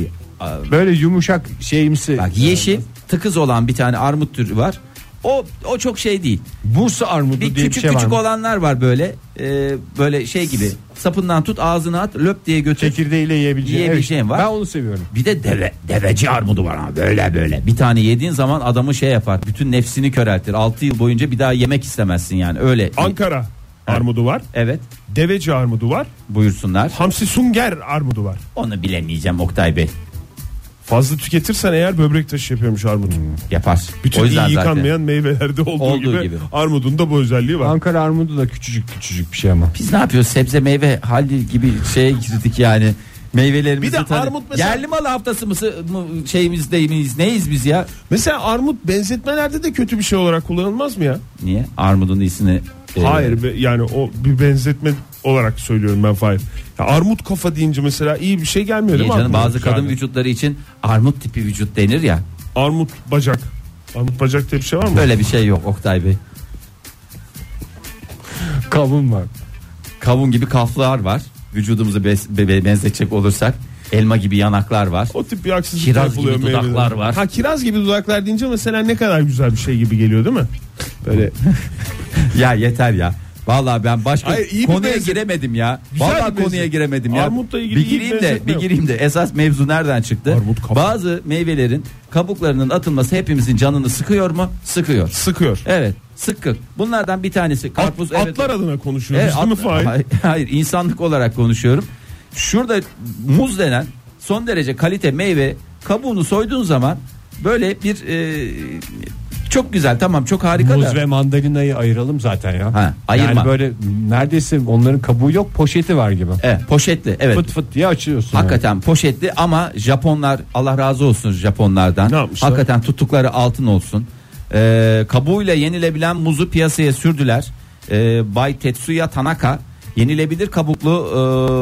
Speaker 4: ee, a-
Speaker 3: Böyle yumuşak şeyimsi.
Speaker 4: bak yeşil, tıkız olan bir tane armut türü var. O o çok şey değil.
Speaker 3: Bursa
Speaker 4: Bir
Speaker 3: armudu diye
Speaker 4: küçük
Speaker 3: bir şey
Speaker 4: küçük
Speaker 3: var.
Speaker 4: olanlar var böyle. ee, böyle şey gibi. Sapından tut, ağzına at, löp diye götür.
Speaker 3: Çekirdeğiyle yiyebileceğin.
Speaker 4: Yiyebileceğin var.
Speaker 3: Ben onu seviyorum.
Speaker 4: Bir de deve, deveci armudu var ama böyle böyle. Bir tane yediğin zaman adamı şey yapar. Bütün nefsini köreltir. 6 yıl boyunca bir daha yemek istemezsin yani. Öyle.
Speaker 5: Ankara armudu var.
Speaker 4: Evet.
Speaker 5: Deveci armudu var.
Speaker 4: Buyursunlar.
Speaker 5: Hamsi sunger armudu var.
Speaker 4: Onu bilemeyeceğim Oktay Bey.
Speaker 5: Fazla tüketirsen eğer böbrek taşı yapıyormuş armut.
Speaker 4: Yapar.
Speaker 5: Bütün
Speaker 4: Hmm. o
Speaker 5: iyi
Speaker 4: yüzden zaten.
Speaker 5: yıkanmayan meyvelerde olduğu,
Speaker 4: Olduğu
Speaker 5: gibi,
Speaker 4: gibi.
Speaker 5: armudun da bu özelliği var.
Speaker 3: Ankara armudu da küçücük küçücük bir şey ama.
Speaker 4: Biz ne yapıyoruz? Sebze meyve hali gibi şeye girdik yani. Meyvelerimizi
Speaker 5: Bir de
Speaker 4: tadı-
Speaker 5: armut mesela-
Speaker 4: Yerli malı haftası mısı- mı şeyimiz değil miyiz neyiz biz ya?
Speaker 5: Mesela armut benzetmelerde de kötü bir şey olarak kullanılmaz mı ya?
Speaker 4: Niye? Armudun iyisini. e,
Speaker 5: Hayır be- yani o bir benzetme olarak söylüyorum ben Fahir. Ya armut kafa deyince mesela iyi bir şey
Speaker 4: Niye
Speaker 5: gelmiyor değil mi?
Speaker 4: canım
Speaker 5: aklına?
Speaker 4: bazı kadın
Speaker 5: Yani
Speaker 4: vücutları için armut tipi vücut denir ya.
Speaker 5: Armut bacak. Armut bacak diye bir şey var mı?
Speaker 4: Böyle bir şey yok Oktay Bey.
Speaker 3: Kavun var.
Speaker 4: Kavun gibi kaflar var. Vücudumuzu bes- be- be- benzetecek olursak elma gibi yanaklar var.
Speaker 5: O tip bir haksızlık
Speaker 4: Kiraz
Speaker 5: yapılıyor
Speaker 4: gibi
Speaker 5: meyvede.
Speaker 4: dudaklar var.
Speaker 5: Ha kiraz gibi dudaklar deyince mesela ne kadar güzel bir şey gibi geliyor değil mi? Böyle
Speaker 4: ya yeter ya. Vallahi ben başka
Speaker 5: Hayır, iyi bir
Speaker 4: konuya
Speaker 5: benzet-
Speaker 4: giremedim ya.
Speaker 5: Güzel
Speaker 4: Vallahi
Speaker 5: bir
Speaker 4: konuya
Speaker 5: benzet-
Speaker 4: giremedim ya.
Speaker 5: Armutla ilgili
Speaker 4: bir
Speaker 5: iyi bir
Speaker 4: gireyim de
Speaker 5: benzetme
Speaker 4: bir
Speaker 5: yok.
Speaker 4: gireyim de esas mevzu nereden çıktı?
Speaker 5: Armut kafa.
Speaker 4: Bazı meyvelerin kabuklarının atılması hepimizin canını sıkıyor mu? Sıkıyor.
Speaker 5: sıkıyor.
Speaker 4: Evet, sıkkı. Bunlardan bir tanesi karpuz
Speaker 5: At-
Speaker 4: evet.
Speaker 5: atlar adına konuşuyoruz
Speaker 4: Evet,
Speaker 5: değil mi
Speaker 4: E, at-
Speaker 5: Fahir?
Speaker 4: Hayır, hayır, insanlık olarak konuşuyorum. Şurada muz denen son derece kalite meyve kabuğunu soyduğun zaman böyle bir e, çok güzel tamam çok harika
Speaker 3: Muz
Speaker 4: da.
Speaker 3: ve mandalinayı ayıralım zaten ya.
Speaker 4: Ha, ayırma.
Speaker 3: Yani böyle neredeyse onların kabuğu yok poşeti var gibi.
Speaker 4: Evet, E, poşetli evet.
Speaker 3: Fıt fıt diye açıyorsun.
Speaker 4: Hakikaten poşetli ama Japonlar Allah razı olsun Japonlardan.
Speaker 5: Ne yapmışlar?
Speaker 4: Hakikaten tuttukları altın olsun. Ee, kabuğuyla yenilebilen muzu piyasaya sürdüler. Ee, Bay Tetsuya Tanaka yenilebilir kabuklu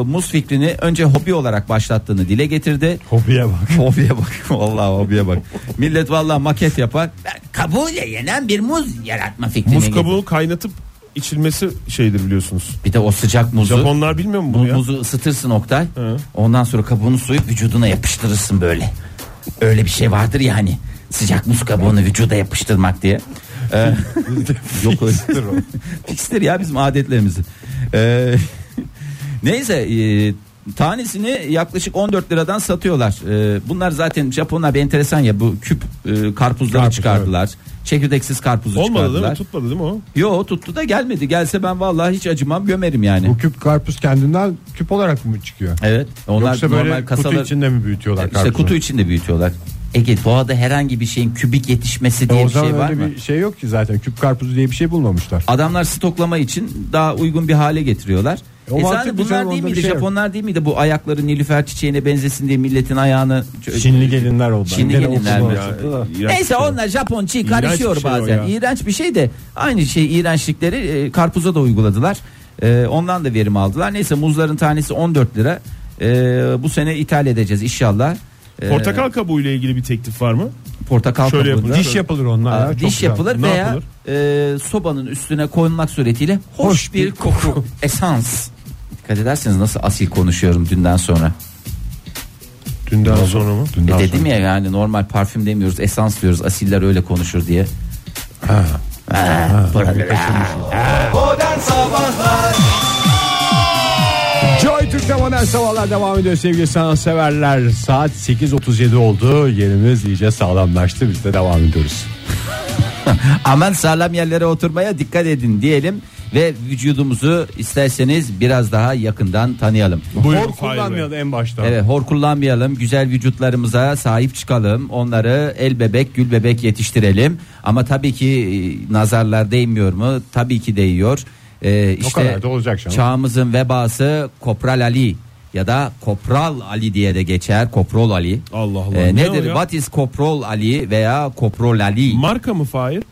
Speaker 4: e, muz fikrini önce hobi olarak başlattığını dile getirdi.
Speaker 3: Hobiye bak.
Speaker 4: Hobiye bak. Vallahi hobiye bak. Millet vallahi maket yapar. Ben kabuğuyla yenen bir muz yaratma fikrini
Speaker 5: Muz
Speaker 4: getirdim.
Speaker 5: kabuğunu kaynatıp içilmesi şeydir biliyorsunuz.
Speaker 4: Bir de o sıcak muzu.
Speaker 5: Japonlar bilmiyor mu bunu
Speaker 4: Bu
Speaker 5: ya?
Speaker 4: muzu ısıtırsın Oktay. Ondan sonra kabuğunu soyup vücuduna yapıştırırsın böyle. Öyle bir şey vardır ya hani sıcak muz kabuğunu vücuda yapıştırmak diye.
Speaker 5: [laughs]
Speaker 4: Ee, [laughs] yok öyle. [laughs] Fikstir ya bizim adetlerimizi. Ee, [laughs] neyse e, tanesini yaklaşık 14 liradan satıyorlar. Ee, bunlar zaten Japonlar bir enteresan ya bu küp e, karpuzları
Speaker 5: Karpuz,
Speaker 4: çıkardılar. Çekirdeksiz karpuzu
Speaker 5: Olmadı değil mi?
Speaker 4: çıkardılar.
Speaker 5: Tutmadı değil mi o?
Speaker 4: Yo tuttu da gelmedi. Gelse ben vallahi hiç acımam gömerim yani.
Speaker 3: Bu küp karpuz kendinden küp olarak mı çıkıyor?
Speaker 4: Evet. Onlar
Speaker 3: Yoksa
Speaker 4: normal
Speaker 3: böyle
Speaker 4: kasalar
Speaker 3: kutu içinde mi büyütüyorlar
Speaker 4: işte kutu içinde büyütüyorlar. Ege doğada herhangi bir şeyin kübik yetişmesi diye
Speaker 3: o
Speaker 4: bir
Speaker 3: zaman
Speaker 4: şey var
Speaker 3: öyle
Speaker 4: mı?
Speaker 3: bir şey yok ki zaten küp karpuzu diye bir şey bulmamışlar.
Speaker 4: Adamlar stoklama için daha uygun bir hale getiriyorlar.
Speaker 3: E, o
Speaker 4: E zaten
Speaker 3: mantıklı
Speaker 4: bunlar
Speaker 3: canım,
Speaker 4: değil
Speaker 3: onda bir
Speaker 4: miydi?
Speaker 3: şey yok.
Speaker 4: Japonlar değil miydi? Bu ayakları Nilüfer çiçeğine benzesin diye milletin ayağını
Speaker 3: E, Çinli gelinler oldu.
Speaker 4: Çinli
Speaker 3: Gene
Speaker 4: gelinler
Speaker 3: okudum
Speaker 4: mi?
Speaker 3: ya. Da.
Speaker 4: Neyse onlar Japon çiğ
Speaker 5: İğrenç
Speaker 4: karışıyor
Speaker 5: bir şey o
Speaker 4: bazen.
Speaker 5: ya.
Speaker 4: şey İğrenç bir şey de aynı şey iğrençlikleri e, karpuza da uyguladılar. E, ondan da verim aldılar. Neyse muzların tanesi 14 lira. E, bu sene ithal edeceğiz inşallah. E,
Speaker 5: Portakal kabuğu ile ilgili bir teklif var mı?
Speaker 4: portakal
Speaker 5: Şöyle
Speaker 4: kabuğunda-
Speaker 5: yapılır.
Speaker 3: Diş yapılır onlar ya.
Speaker 4: Aa,
Speaker 3: çok
Speaker 4: diş
Speaker 3: güzel.
Speaker 4: yapılır
Speaker 5: Ne
Speaker 4: veya e, sobanın üstüne konulmak suretiyle hoş,
Speaker 3: Hoş
Speaker 4: bir
Speaker 3: bir
Speaker 4: koku esans. Dikkat ederseniz nasıl asil konuşuyorum dünden sonra.
Speaker 5: Dünden sonra mı?
Speaker 4: E, dedim ya yani normal parfüm demiyoruz esans diyoruz asiller öyle konuşur diye.
Speaker 2: Modern Sabahlar
Speaker 3: Joy Türk'te modern sabahlar devam ediyor sevgili sanatseverler. Saat 8.37 oldu. Yerimiz iyice sağlamlaştı. Biz de devam ediyoruz.
Speaker 4: Aman sağlam yerlere oturmaya dikkat edin diyelim ve vücudumuzu isterseniz biraz daha yakından tanıyalım.
Speaker 5: Buyurun,
Speaker 3: Hor kullanmayalım en başta.
Speaker 4: Evet hor kullanmayalım. Güzel vücutlarımıza sahip çıkalım. Onları el bebek gül bebek yetiştirelim. Ama tabii ki e, nazarlar değmiyor mu? Tabii ki değiyor. Ee, işte
Speaker 3: kadar da olacak canım.
Speaker 4: Çağımızın vebası Kopral Ali ya da Kopral Ali diye de geçer. Koprol Ali.
Speaker 5: Allah Allah.
Speaker 4: Ee,
Speaker 5: Ne
Speaker 4: nedir?
Speaker 5: o ya?
Speaker 4: What is Koprol Ali veya Koprol Ali?
Speaker 5: Marka mı Fahir?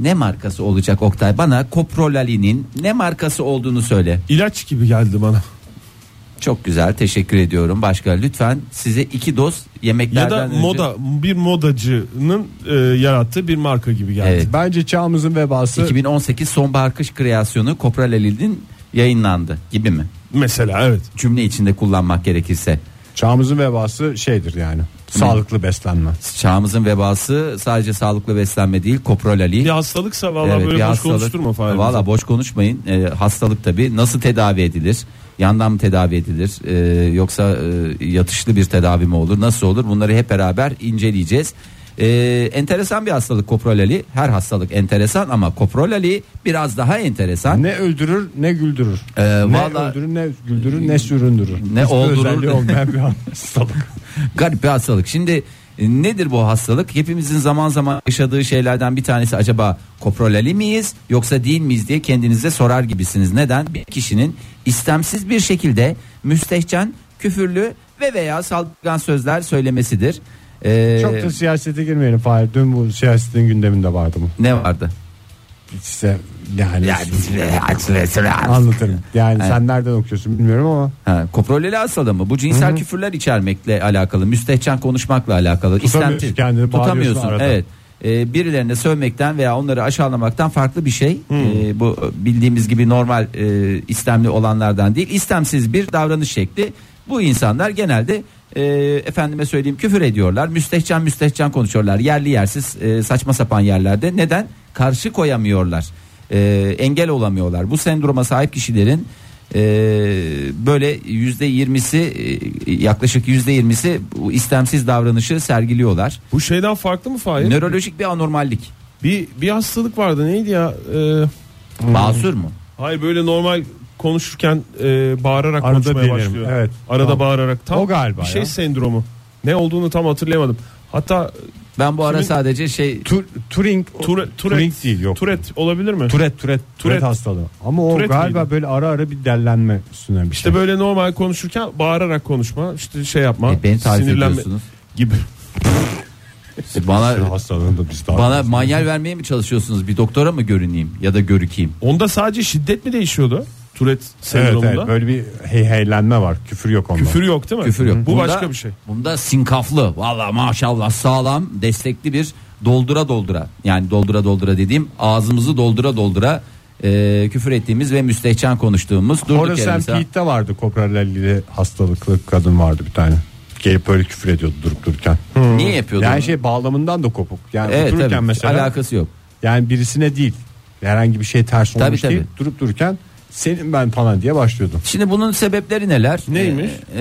Speaker 4: ne markası olacak Oktay? Bana Koprol Ali'nin ne markası olduğunu söyle.
Speaker 5: İlaç gibi geldi bana.
Speaker 4: Çok güzel. Teşekkür ediyorum. Başka lütfen size iki doz yemeklerden
Speaker 5: Ya da
Speaker 4: önce-
Speaker 5: moda bir modacının e, yarattığı bir marka gibi geldi.
Speaker 4: Evet.
Speaker 3: Bence çağımızın vebası
Speaker 4: 2018 sonbahar kış kreasyonu Kopral Ali'nin yayınlandı gibi mi?
Speaker 5: Mesela evet.
Speaker 4: Cümle içinde kullanmak gerekirse.
Speaker 3: çağımızın vebası şeydir yani. Sağlıklı beslenme.
Speaker 4: Çağımızın vebası sadece sağlıklı beslenme değil Kopral Ali.
Speaker 5: Bir hastalıksa valla
Speaker 4: Evet, bir
Speaker 5: böyle boş
Speaker 4: hastalık.
Speaker 5: konuşturma Fahir.
Speaker 4: Valla boş konuşmayın. Ee, hastalık tabi nasıl tedavi edilir? Yandan mı tedavi edilir? Ee, yoksa e, yatışlı bir tedavi mi olur? Nasıl olur? Bunları hep beraber inceleyeceğiz. Ee, enteresan bir hastalık koprolali. Her hastalık enteresan ama koprolali biraz daha enteresan.
Speaker 3: Ne öldürür ne güldürür.
Speaker 4: Ee,
Speaker 3: ne
Speaker 4: vallahi-
Speaker 3: öldürür ne güldürür ne süründürür.
Speaker 4: Ne
Speaker 3: Hiçbir
Speaker 4: oldurur
Speaker 3: özelliği
Speaker 4: ne-
Speaker 3: olmayan bir
Speaker 4: [laughs]
Speaker 3: hastalık.
Speaker 4: Garip bir hastalık. Şimdi e, nedir bu hastalık? Hepimizin zaman zaman yaşadığı şeylerden bir tanesi acaba koprolali miyiz yoksa değil miyiz diye kendinize sorar gibisiniz. Neden? Bir kişinin istemsiz bir şekilde müstehcen küfürlü ve veya saldırgan sözler söylemesidir. Ee,
Speaker 3: Çok da siyasete girmeyelim Fahir. Dün bu siyasetin gündeminde vardı bu.
Speaker 4: ne vardı?
Speaker 3: İşte yani, anlatırım. Yani sen nereden okuyorsun bilmiyorum ama
Speaker 4: Ha, koproleli hastalığı mı? Bu cinsel küfürler içermekle alakalı, müstehcen konuşmakla alakalı.
Speaker 3: Tutamıyorsun
Speaker 4: İstenti-
Speaker 3: kendini, bağırıyorsun
Speaker 4: tutamıyorsun.
Speaker 3: arada.
Speaker 4: Evet. Ee, birilerine sövmekten veya onları aşağılamaktan farklı bir şey. Ee, bu bildiğimiz gibi normal e, istemli olanlardan değil, istemsiz bir davranış şekli. Bu insanlar genelde e, efendime söyleyeyim küfür ediyorlar. Müstehcen müstehcen konuşuyorlar. Yerli yersiz e, saçma sapan yerlerde. Neden? Karşı koyamıyorlar. E, engel olamıyorlar. Bu sendroma sahip kişilerin ee, böyle yüzde yirmisi e, yaklaşık yüzde yirmisi bu istemsiz davranışı sergiliyorlar.
Speaker 5: Bu şeyden farklı mı Fahir?
Speaker 4: Nörolojik bir anormallik.
Speaker 5: Bir, bir hastalık vardı neydi ya? Ee,
Speaker 4: Basur mu?
Speaker 5: hayır böyle normal konuşurken e, bağırarak
Speaker 3: Arada
Speaker 5: konuşmaya
Speaker 3: delirim,
Speaker 5: başlıyor.
Speaker 3: evet.
Speaker 5: Arada
Speaker 3: Tamam.
Speaker 5: bağırarak. Tam
Speaker 3: O galiba
Speaker 5: Bir şey
Speaker 3: ya.
Speaker 5: sendromu. Ne olduğunu tam hatırlayamadım. Hatta
Speaker 4: Ben bu ara
Speaker 5: Kimin-
Speaker 4: sadece şey
Speaker 3: Tur- Turing
Speaker 5: Ture, Ture,
Speaker 3: Turing değil yok.
Speaker 5: Turet olabilir mi?
Speaker 3: Turet Turet Turet
Speaker 5: Turet.
Speaker 3: hastalığı. Ama o
Speaker 5: Turet
Speaker 3: galiba
Speaker 5: miydi?
Speaker 3: böyle ara ara bir dellenme üstüne bir şey.
Speaker 5: İşte böyle normal konuşurken bağırarak konuşma, işte şey yapma,
Speaker 4: E, beni tarif ediyorsunuz.
Speaker 5: gibi.
Speaker 4: E, bana
Speaker 3: Şey, hastalığında biz daha
Speaker 4: bana manyel vermeye mi çalışıyorsunuz? Bir doktora mı görüneyim ya da görükeyim?
Speaker 5: Onda sadece şiddet mi değişiyordu? Turet
Speaker 3: evet,
Speaker 5: sendromunda.
Speaker 3: evet, böyle bir şey heyheylenme var. Küfür yok onda.
Speaker 5: Küfür yok değil mi?
Speaker 4: Küfür yok.
Speaker 5: Bu
Speaker 4: Bunda-
Speaker 5: başka bir şey.
Speaker 4: Bunda sinkaflı. Valla maşallah sağlam, destekli bir doldura doldura. Yani doldura doldura dediğim ağzımızı doldura doldura e, küfür ettiğimiz ve müstehcen konuştuğumuz durduk
Speaker 3: Horace
Speaker 4: yere
Speaker 3: and
Speaker 4: mesela-
Speaker 3: Pete'de vardı kopralelli hastalıklı kadın vardı bir tane. Gelip böyle küfür ediyordu durup dururken.
Speaker 4: Niye yapıyordu?
Speaker 3: Yani
Speaker 4: bunu?
Speaker 3: şey bağlamından da kopuk. Yani
Speaker 4: Hmm. evet
Speaker 3: otururken
Speaker 4: tabii.
Speaker 3: mesela
Speaker 4: Alakası yok.
Speaker 3: yani birisine değil herhangi bir şey ters olmuş
Speaker 4: Tabii, tabii.
Speaker 3: değil. Durup dururken senin ben falan diye başlıyordum.
Speaker 4: Şimdi bunun sebepleri neler?
Speaker 5: Neymiş?
Speaker 4: Ee,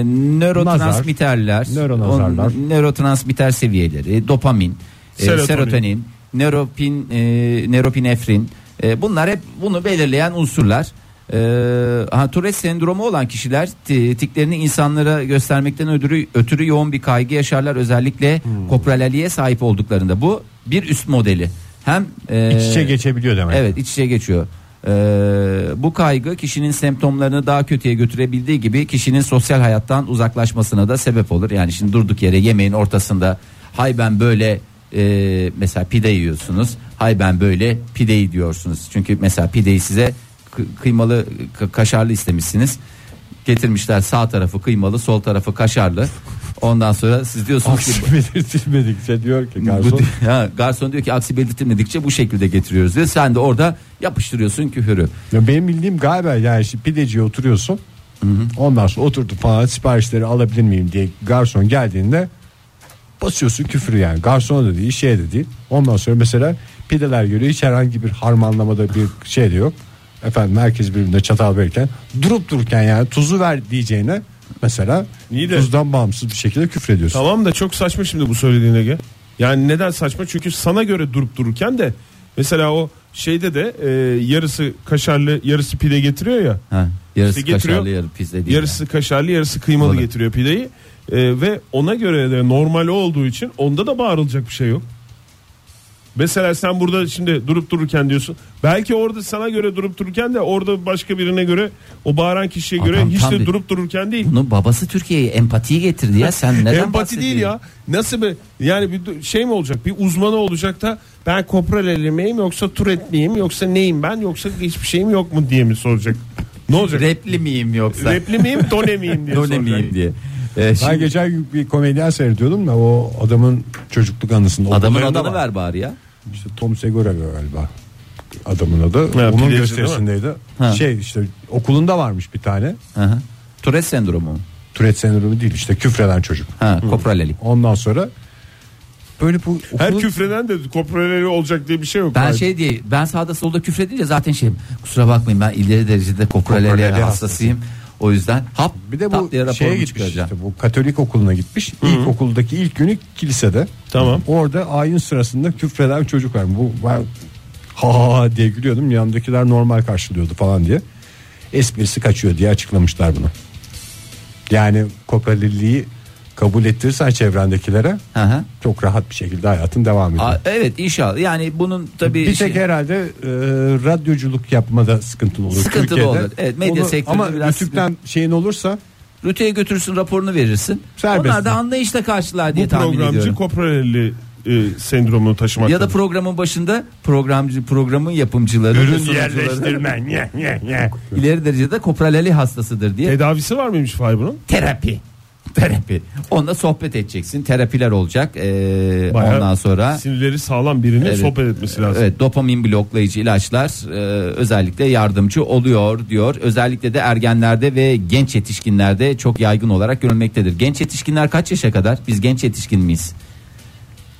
Speaker 4: e, nörotransmitterler,
Speaker 3: Nöronazarlar.
Speaker 4: on- nörotransmitter seviyeleri, dopamin, e,
Speaker 5: Serotonin.
Speaker 4: serotonin, nöropin, e, nöropinefrin. E, bunlar hep bunu belirleyen unsurlar. E, ha, Tourette sendromu olan kişiler ti- tiklerini insanlara göstermekten ötürü, ötürü yoğun bir kaygı yaşarlar. Özellikle
Speaker 3: Hmm.
Speaker 4: kopralaliye sahip olduklarında. Bu bir üst modeli. Hem e,
Speaker 3: İç içe geçebiliyor demek.
Speaker 4: Evet iç içe geçiyor. Ee, bu kaygı kişinin semptomlarını daha kötüye götürebildiği gibi kişinin sosyal hayattan uzaklaşmasına da sebep olur. Yani şimdi durduk yere yemeğin ortasında hay ben böyle e, mesela pide yiyorsunuz. Hay ben böyle pideyi diyorsunuz. Çünkü mesela pideyi size kı- kıymalı ka- kaşarlı istemişsiniz. Getirmişler sağ tarafı kıymalı sol tarafı kaşarlı. Ondan sonra siz diyorsunuz ki
Speaker 3: Aksi belirtilmedikçe diyor ki
Speaker 4: bu,
Speaker 3: garson.
Speaker 4: [laughs] ha, garson diyor ki aksi belirtilmedikçe bu şekilde getiriyoruz diyor. Sen de orada yapıştırıyorsun küfürü.
Speaker 3: Ya benim bildiğim galiba yani şimdi pideciye oturuyorsun. Ondan sonra oturdu falan siparişleri alabilir miyim diye garson geldiğinde basıyorsun küfür yani. Garson da değil şey de değil. Ondan sonra mesela pideler göre hiç herhangi bir harmanlamada bir şey de yok. Efendim herkes birbirine çatal verirken durup dururken yani tuzu ver diyeceğine mesela
Speaker 5: İyi de-
Speaker 3: tuzdan bağımsız bir şekilde küfür ediyorsun.
Speaker 5: Tamam da çok saçma şimdi bu söylediğin Ege. Yani neden saçma? Çünkü sana göre durup dururken de mesela o şeyde de e, yarısı kaşarlı yarısı pide getiriyor ya.
Speaker 4: Ha, yarısı
Speaker 5: İşte getiriyor,
Speaker 4: kaşarlı yarı pizza değil.
Speaker 5: Yarısı kaşarlı yarısı kıymalı
Speaker 4: Doğru.
Speaker 5: getiriyor pideyi. E, ve ona göre de normal olduğu için onda da bağırılacak bir şey yok. Mesela sen burada şimdi durup dururken diyorsun. Belki orada sana göre durup dururken de orada başka birine göre o bağıran kişiye göre
Speaker 4: Adam
Speaker 5: hiç
Speaker 4: tam
Speaker 5: de
Speaker 4: bir-
Speaker 5: durup dururken değil.
Speaker 4: yani. Bunun babası Türkiye'ye empatiyi getirdi ya. Sen neden
Speaker 5: Empati değil ya. Nasıl bir yani bir du- şey mi olacak? Bir uzmanı olacak da ben kopraleli miyim yoksa turet miyim yoksa neyim ben yoksa hiçbir şeyim yok mu diye mi soracak? Ne olacak?
Speaker 4: Repli miyim yoksa?
Speaker 5: Repli miyim done miyim diye
Speaker 4: Done
Speaker 5: soracak.
Speaker 4: miyim diye. Ee, şimdi
Speaker 3: Ben geçen gün bir komedyen seyrediyordum da o adamın çocukluk anısında.
Speaker 4: adamın
Speaker 3: okullarında
Speaker 4: adını
Speaker 3: var.
Speaker 4: ver bari ya.
Speaker 3: İşte Tom Segura galiba adamın adı.
Speaker 5: Ha,
Speaker 3: Onun
Speaker 5: pideci
Speaker 3: gösterisindeydi.
Speaker 4: Ha.
Speaker 3: Şey işte okulunda varmış bir tane.
Speaker 4: Hı hı. Tourette sendromu. mu?
Speaker 3: Tourette sendromu değil işte küfreden çocuk.
Speaker 4: Ha, kopraleli.
Speaker 3: Ondan sonra böyle bu
Speaker 5: Her
Speaker 3: okulun-
Speaker 5: küfreden de kopraleli olacak diye bir şey yok.
Speaker 4: Ben
Speaker 5: Hayır.
Speaker 4: şey diye ben sağda solda küfredince zaten şeyim kusura bakmayın ben ileri derecede kopraleli
Speaker 3: Kopraleli
Speaker 4: hastasıyım. O yüzden hap
Speaker 3: bir de
Speaker 4: tat diye
Speaker 3: bu şeye
Speaker 4: raporumu
Speaker 3: gitmiş
Speaker 4: çıkaracağım.
Speaker 3: işte bu Katolik okuluna gitmiş. İlkokuldaki ilk günü kilisede.
Speaker 5: Tamam.
Speaker 3: Orada ayin sırasında küfreden bir çocuk var. Bu ben ha ha ha diye gülüyordum. Yanımdakiler normal karşılıyordu falan diye. Esprisi kaçıyor diye açıklamışlar bunu. Yani kopaliliği kabul ettirirsen çevrendekilere
Speaker 4: Hı hı.
Speaker 3: çok rahat bir şekilde hayatın devam ediyor.
Speaker 4: Aa, evet inşallah yani bunun tabii
Speaker 3: bir tek
Speaker 4: şey-
Speaker 3: herhalde e, radyoculuk yapmada sıkıntılı olur.
Speaker 4: Sıkıntılı
Speaker 3: Türkiye'de.
Speaker 4: olur. Evet, medya sektöründe
Speaker 3: Ama
Speaker 4: biraz
Speaker 3: rütükten şeyin olursa
Speaker 4: Rütü'ye götürürsün raporunu verirsin.
Speaker 3: Serbest
Speaker 4: Onlar da
Speaker 3: mi?
Speaker 4: anlayışla karşılar diye
Speaker 5: Bu
Speaker 4: tahmin
Speaker 5: programcı
Speaker 4: ediyorum.
Speaker 5: koprolelli e, sendromunu taşımakta.
Speaker 4: Ya da programın başında programcı programın yapımcıları ve
Speaker 5: ürün
Speaker 4: sunucuları
Speaker 5: yerleştirmen. Nye, nye, nye.
Speaker 4: ileri derecede kopraleli hastasıdır diye
Speaker 5: Tedavisi var mıymış Fahir bunun?
Speaker 4: terapi. Terapi. Onunla sohbet edeceksin. Terapiler olacak. Ee,
Speaker 5: Bayağı
Speaker 4: ondan sonra
Speaker 5: sinirleri sağlam birinin
Speaker 4: Evet.
Speaker 5: sohbet etmesi lazım.
Speaker 4: Evet, dopamin bloklayıcı ilaçlar e, özellikle yardımcı oluyor diyor. Özellikle de ergenlerde ve genç yetişkinlerde çok yaygın olarak görülmektedir. Genç yetişkinler kaç yaşa kadar? Biz genç yetişkin miyiz?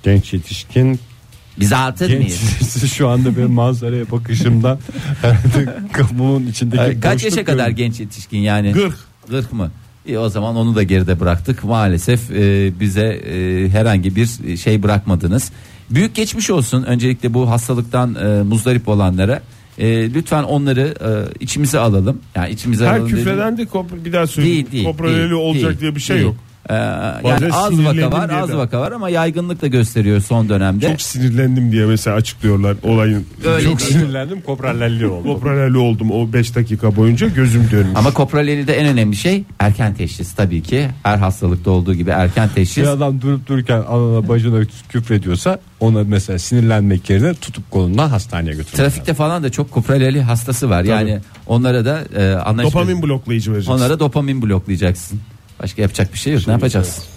Speaker 3: Genç yetişkin
Speaker 4: Biz altı mıyız?
Speaker 5: [laughs]
Speaker 3: genç şu anda benim manzaraya [laughs] bakışımdan herhalde kamuğun içindeki
Speaker 4: Ay, Kaç
Speaker 3: boşluk
Speaker 4: yaşa kadar
Speaker 3: görüyorum.
Speaker 4: genç yetişkin yani?
Speaker 5: Gırk.
Speaker 4: 40 mı? İyi, o zaman onu da geride bıraktık. Maalesef e, bize e, herhangi bir şey bırakmadınız. Büyük geçmiş olsun öncelikle bu hastalıktan e, muzdarip olanlara. E, lütfen onları e, içimize alalım. Yani içimize
Speaker 5: Her
Speaker 4: alalım dediğim-
Speaker 5: küfreden de kopra- bir daha söyleyeyim.
Speaker 4: Değil değil.
Speaker 5: Koprolelli
Speaker 4: değil,
Speaker 5: olacak
Speaker 4: değil,
Speaker 5: diye bir şey
Speaker 4: değil.
Speaker 5: yok.
Speaker 4: Ee,
Speaker 5: Bazen
Speaker 4: yani az vaka
Speaker 5: sinirlendim
Speaker 4: var,
Speaker 5: diye
Speaker 4: az
Speaker 5: de.
Speaker 4: vaka var ama yaygınlık da gösteriyor son dönemde.
Speaker 5: Çok sinirlendim diye mesela açıklıyorlar olayın.
Speaker 4: Öyle
Speaker 5: Çok
Speaker 4: değil.
Speaker 3: Sinirlendim kopralelli oldu.
Speaker 5: koprolelli oldum o 5 dakika boyunca gözüm dönmüş.
Speaker 4: Ama kopraleli'de en önemli şey erken teşhis tabii ki. Her hastalıkta olduğu gibi erken
Speaker 3: Bir
Speaker 4: teşhis.
Speaker 3: adam durup dururken anana bacına küfrediyorsa ona mesela sinirlenmek yerine tutup kolundan hastaneye götürmek. lazım.
Speaker 4: Trafikte falan da çok kopraleli hastası var. Yani onlara da e, anlaşma-
Speaker 5: Dopamin bloklayıcı vereceğiz.
Speaker 4: Onlara dopamin bloklayacaksın. Başka yapacak bir şey yok. ne yapacaksın?